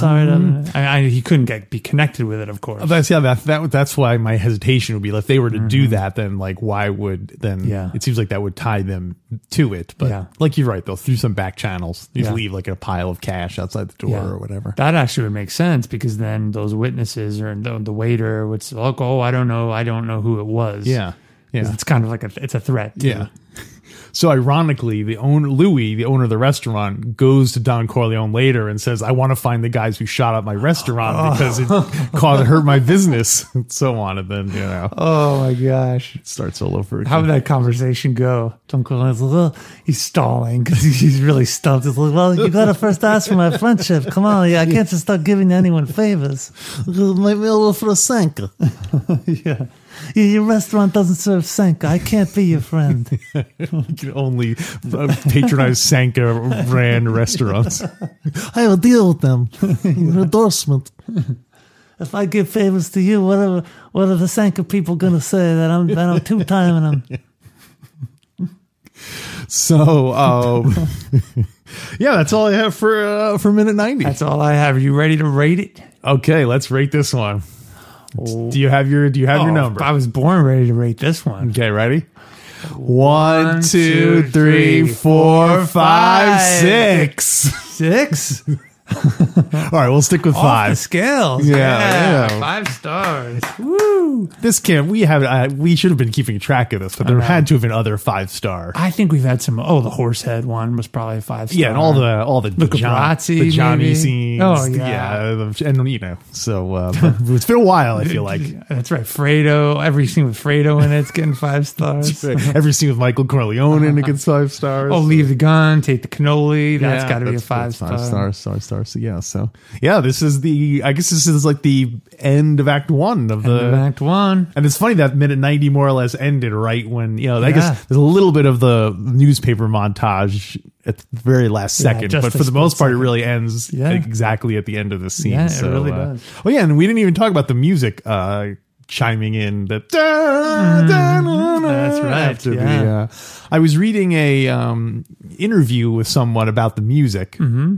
Sorry, Um, to, I, I, he couldn't get be connected with it, of course. That's yeah. That, that that's why my hesitation would be like, if they were to do that, then like why would then? Mm-hmm. Yeah. it seems like that would tie them to it. But Yeah. like you're right, they'll through some back channels. You just Yeah. leave like a pile of cash outside the door Yeah. or whatever. That actually would make sense because then those witnesses or the, the waiter would say, "Look, oh, I don't know, I don't know who it was." yeah, yeah, it's kind of like a it's a threat. to- yeah. So ironically, the owner Louis, the owner of the restaurant, goes to Don Corleone later and says, "I want to find the guys who shot up my Oh. restaurant because it caused hurt my business and so on." And then you know, Oh my gosh. it starts all over. Again. How would that conversation go? Tom Corleone's like, well, he's stalling because he's really stumped. He's like, well, you got to first ask for my friendship. Come on. Yeah, I can't just start giving anyone favors. Maybe a little for a Sanka. Yeah. Your, your restaurant doesn't serve Senka. I can't be your friend. can only uh, patronize Sanka ran restaurants. I will deal with them. Your endorsement. If I give favors to you, what are, what are the Senka people going to say that I'm, that I'm two timing them? So, um, yeah, that's all I have for uh, for minute ninety. That's all I have. Are you ready to rate it? okay, let's rate this one. Do you have your Do you have your Oh, number? I was born ready to rate this one. okay, ready? One, two, three, four, five, six. Six? All right, we'll stick with Off the five. scales. Yeah, yeah. Five stars. Woo. This can't. We have. I, we should have been keeping track of this, but there had to have been other five star. I think we've had some. Oh, the horse head one was probably a five star. Yeah, and all the all the the, Paparazzi, the Johnny maybe? scenes. Oh, yeah. the- and you know, so uh, but it's been a while. I feel like That's right. Fredo. Every scene with Fredo in it's getting five stars. every scene with Michael Corleone and it gets five stars. Oh, leave the gun, take the cannoli. Yeah, That's got to be a that's- five that's star. Five stars, five stars. So, yeah, so yeah, this is the. I guess this is like the end of Act One of the. And Act one. and it's funny that minute ninety more or less ended right when you know. I Yeah. guess there's a little bit of the newspaper montage at the very last second, just but a for the split most part, it really ends Yeah. exactly at the end of the scene. Yeah, it so, really uh, does. Oh yeah, and we didn't even talk about the music uh, chiming in. The da, Mm. da, na, na, That's right, after the, yeah. uh, I was reading a um, interview with someone about the music. Mm-hmm.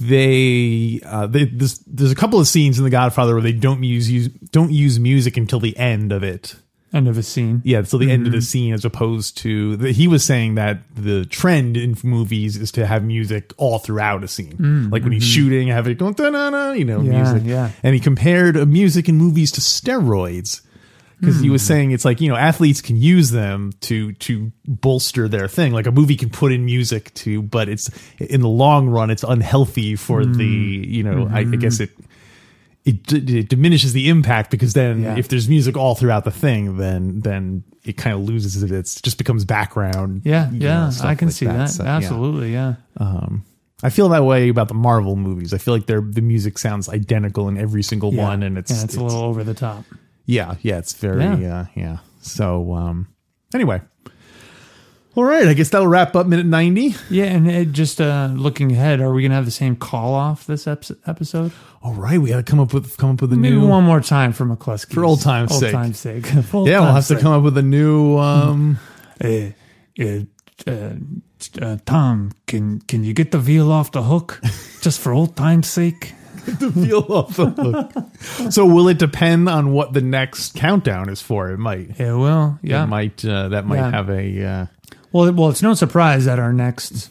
They, uh, they this, there's a couple of scenes in The Godfather where they don't use, use don't use music until the end of it. End of a scene. Yeah, until the end Mm-hmm. of the scene, as opposed to the, he was saying that the trend in movies is to have music all throughout a scene, like when he's shooting, have it going da na na, you know, Mm, mm-hmm. Yeah, music. yeah. And he compared uh, music in movies to steroids because he Hmm. was saying it's like you know athletes can use them to to bolster their thing like a movie can put in music to but it's in the long run it's unhealthy for Hmm. the you know I, I guess it it, d- it diminishes the impact because then Yeah. if there's music all throughout the thing then then it kind of loses it it's just becomes background Yeah, you know, yeah, stuff I can like see that. So, yeah. Absolutely, yeah. I feel that way about the Marvel movies I feel like their the music sounds identical in every single Yeah. one and it's yeah, it's, a little over the top. Yeah, yeah, it's very Yeah. yeah, uh, yeah. So um anyway. All right, I guess that'll wrap up minute 90. Yeah, and it, just uh, looking ahead, are we gonna have the same call off this ep- episode? All right, we got to come up with come up with a Maybe new one more time for McCluskey For old times' old sake. times' sake. For old Yeah, we'll have times' to come up with a new um sake. Uh, uh, uh, uh, Tom, can can you get the veal off the hook just for old times' sake? feel off the hook. So will it depend on what the next countdown is for? It might. Yeah, well, yeah. It might uh, that might Yeah. have a uh, Well, it- well, it's no surprise that our next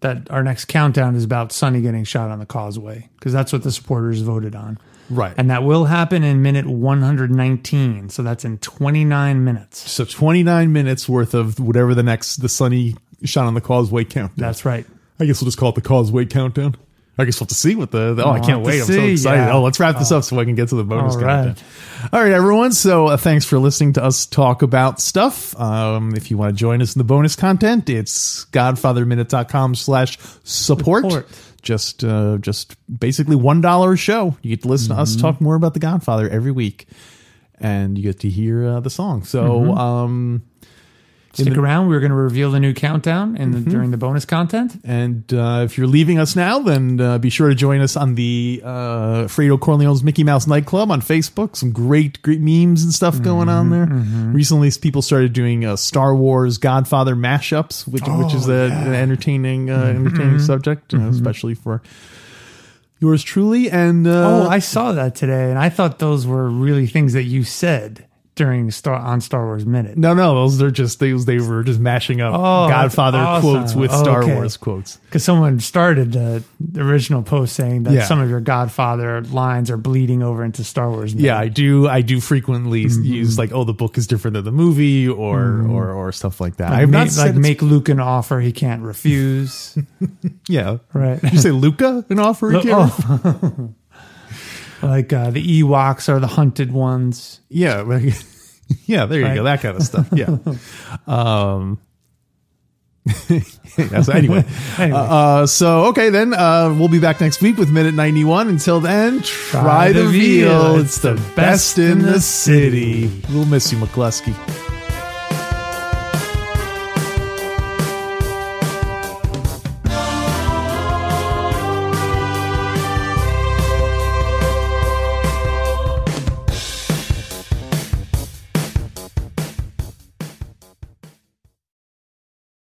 that our next countdown is about Sonny getting shot on the causeway because that's what the supporters voted on, right. and that will happen in minute 119. So that's in 29 minutes. so 29 minutes worth of whatever the next the sunny shot on the causeway countdown. That's right. I guess we'll just call it the Causeway Countdown. I guess we'll have to see what the. the- oh, I We'll can't have to wait. I'm so see, excited. yeah. Uh, Oh, let's wrap this up so I can get to the bonus All countdown. right. All right, everyone. So uh, thanks for listening to us talk about stuff. Um, if you want to join us in the bonus content, it's godfatherminute.com slash support. Support. Just, uh, just basically $1 a show. You get to listen to Mm-hmm. us talk more about The Godfather every week. And you get to hear uh, the song. So, Mm-hmm. um, Stick around. We're going to reveal the new countdown in the, during the bonus content. And uh, if you're leaving us now, then uh, be sure to join us on the uh, Fredo Corleone's Mickey Mouse nightclub on Facebook. Some great, great memes and stuff going Mm-hmm, on there. Recently, people started doing uh, Star Wars Godfather mashups, which, which Oh, is a, an entertaining, uh, Mm-hmm. entertaining subject, uh, especially for yours truly. And Oh, uh, I saw that today, and I thought those were really things that you said during Star on Star Wars Minute. no, no, those are just they, they were just mashing up Oh, that's Godfather awesome. quotes with Star Okay. Wars quotes. Because someone started the the original post saying that Yeah. some of your Godfather lines are bleeding over into Star Wars. Minute. yeah i do i do frequently use like oh the book is different than the movie or or or stuff like that i'm Ma- not like said it's- make Luke an offer he can't refuse. yeah right. Oh. Did you say luca an offer Lu- again? like uh, the Ewoks are the hunted ones. yeah like- yeah there you Right. go that kind of stuff yeah um yeah, so anyway, Anyway. Uh, uh, so okay then uh, we'll be back next week with minute 91 until then try, the, veal. it's the best in the city we'll miss you mccluskey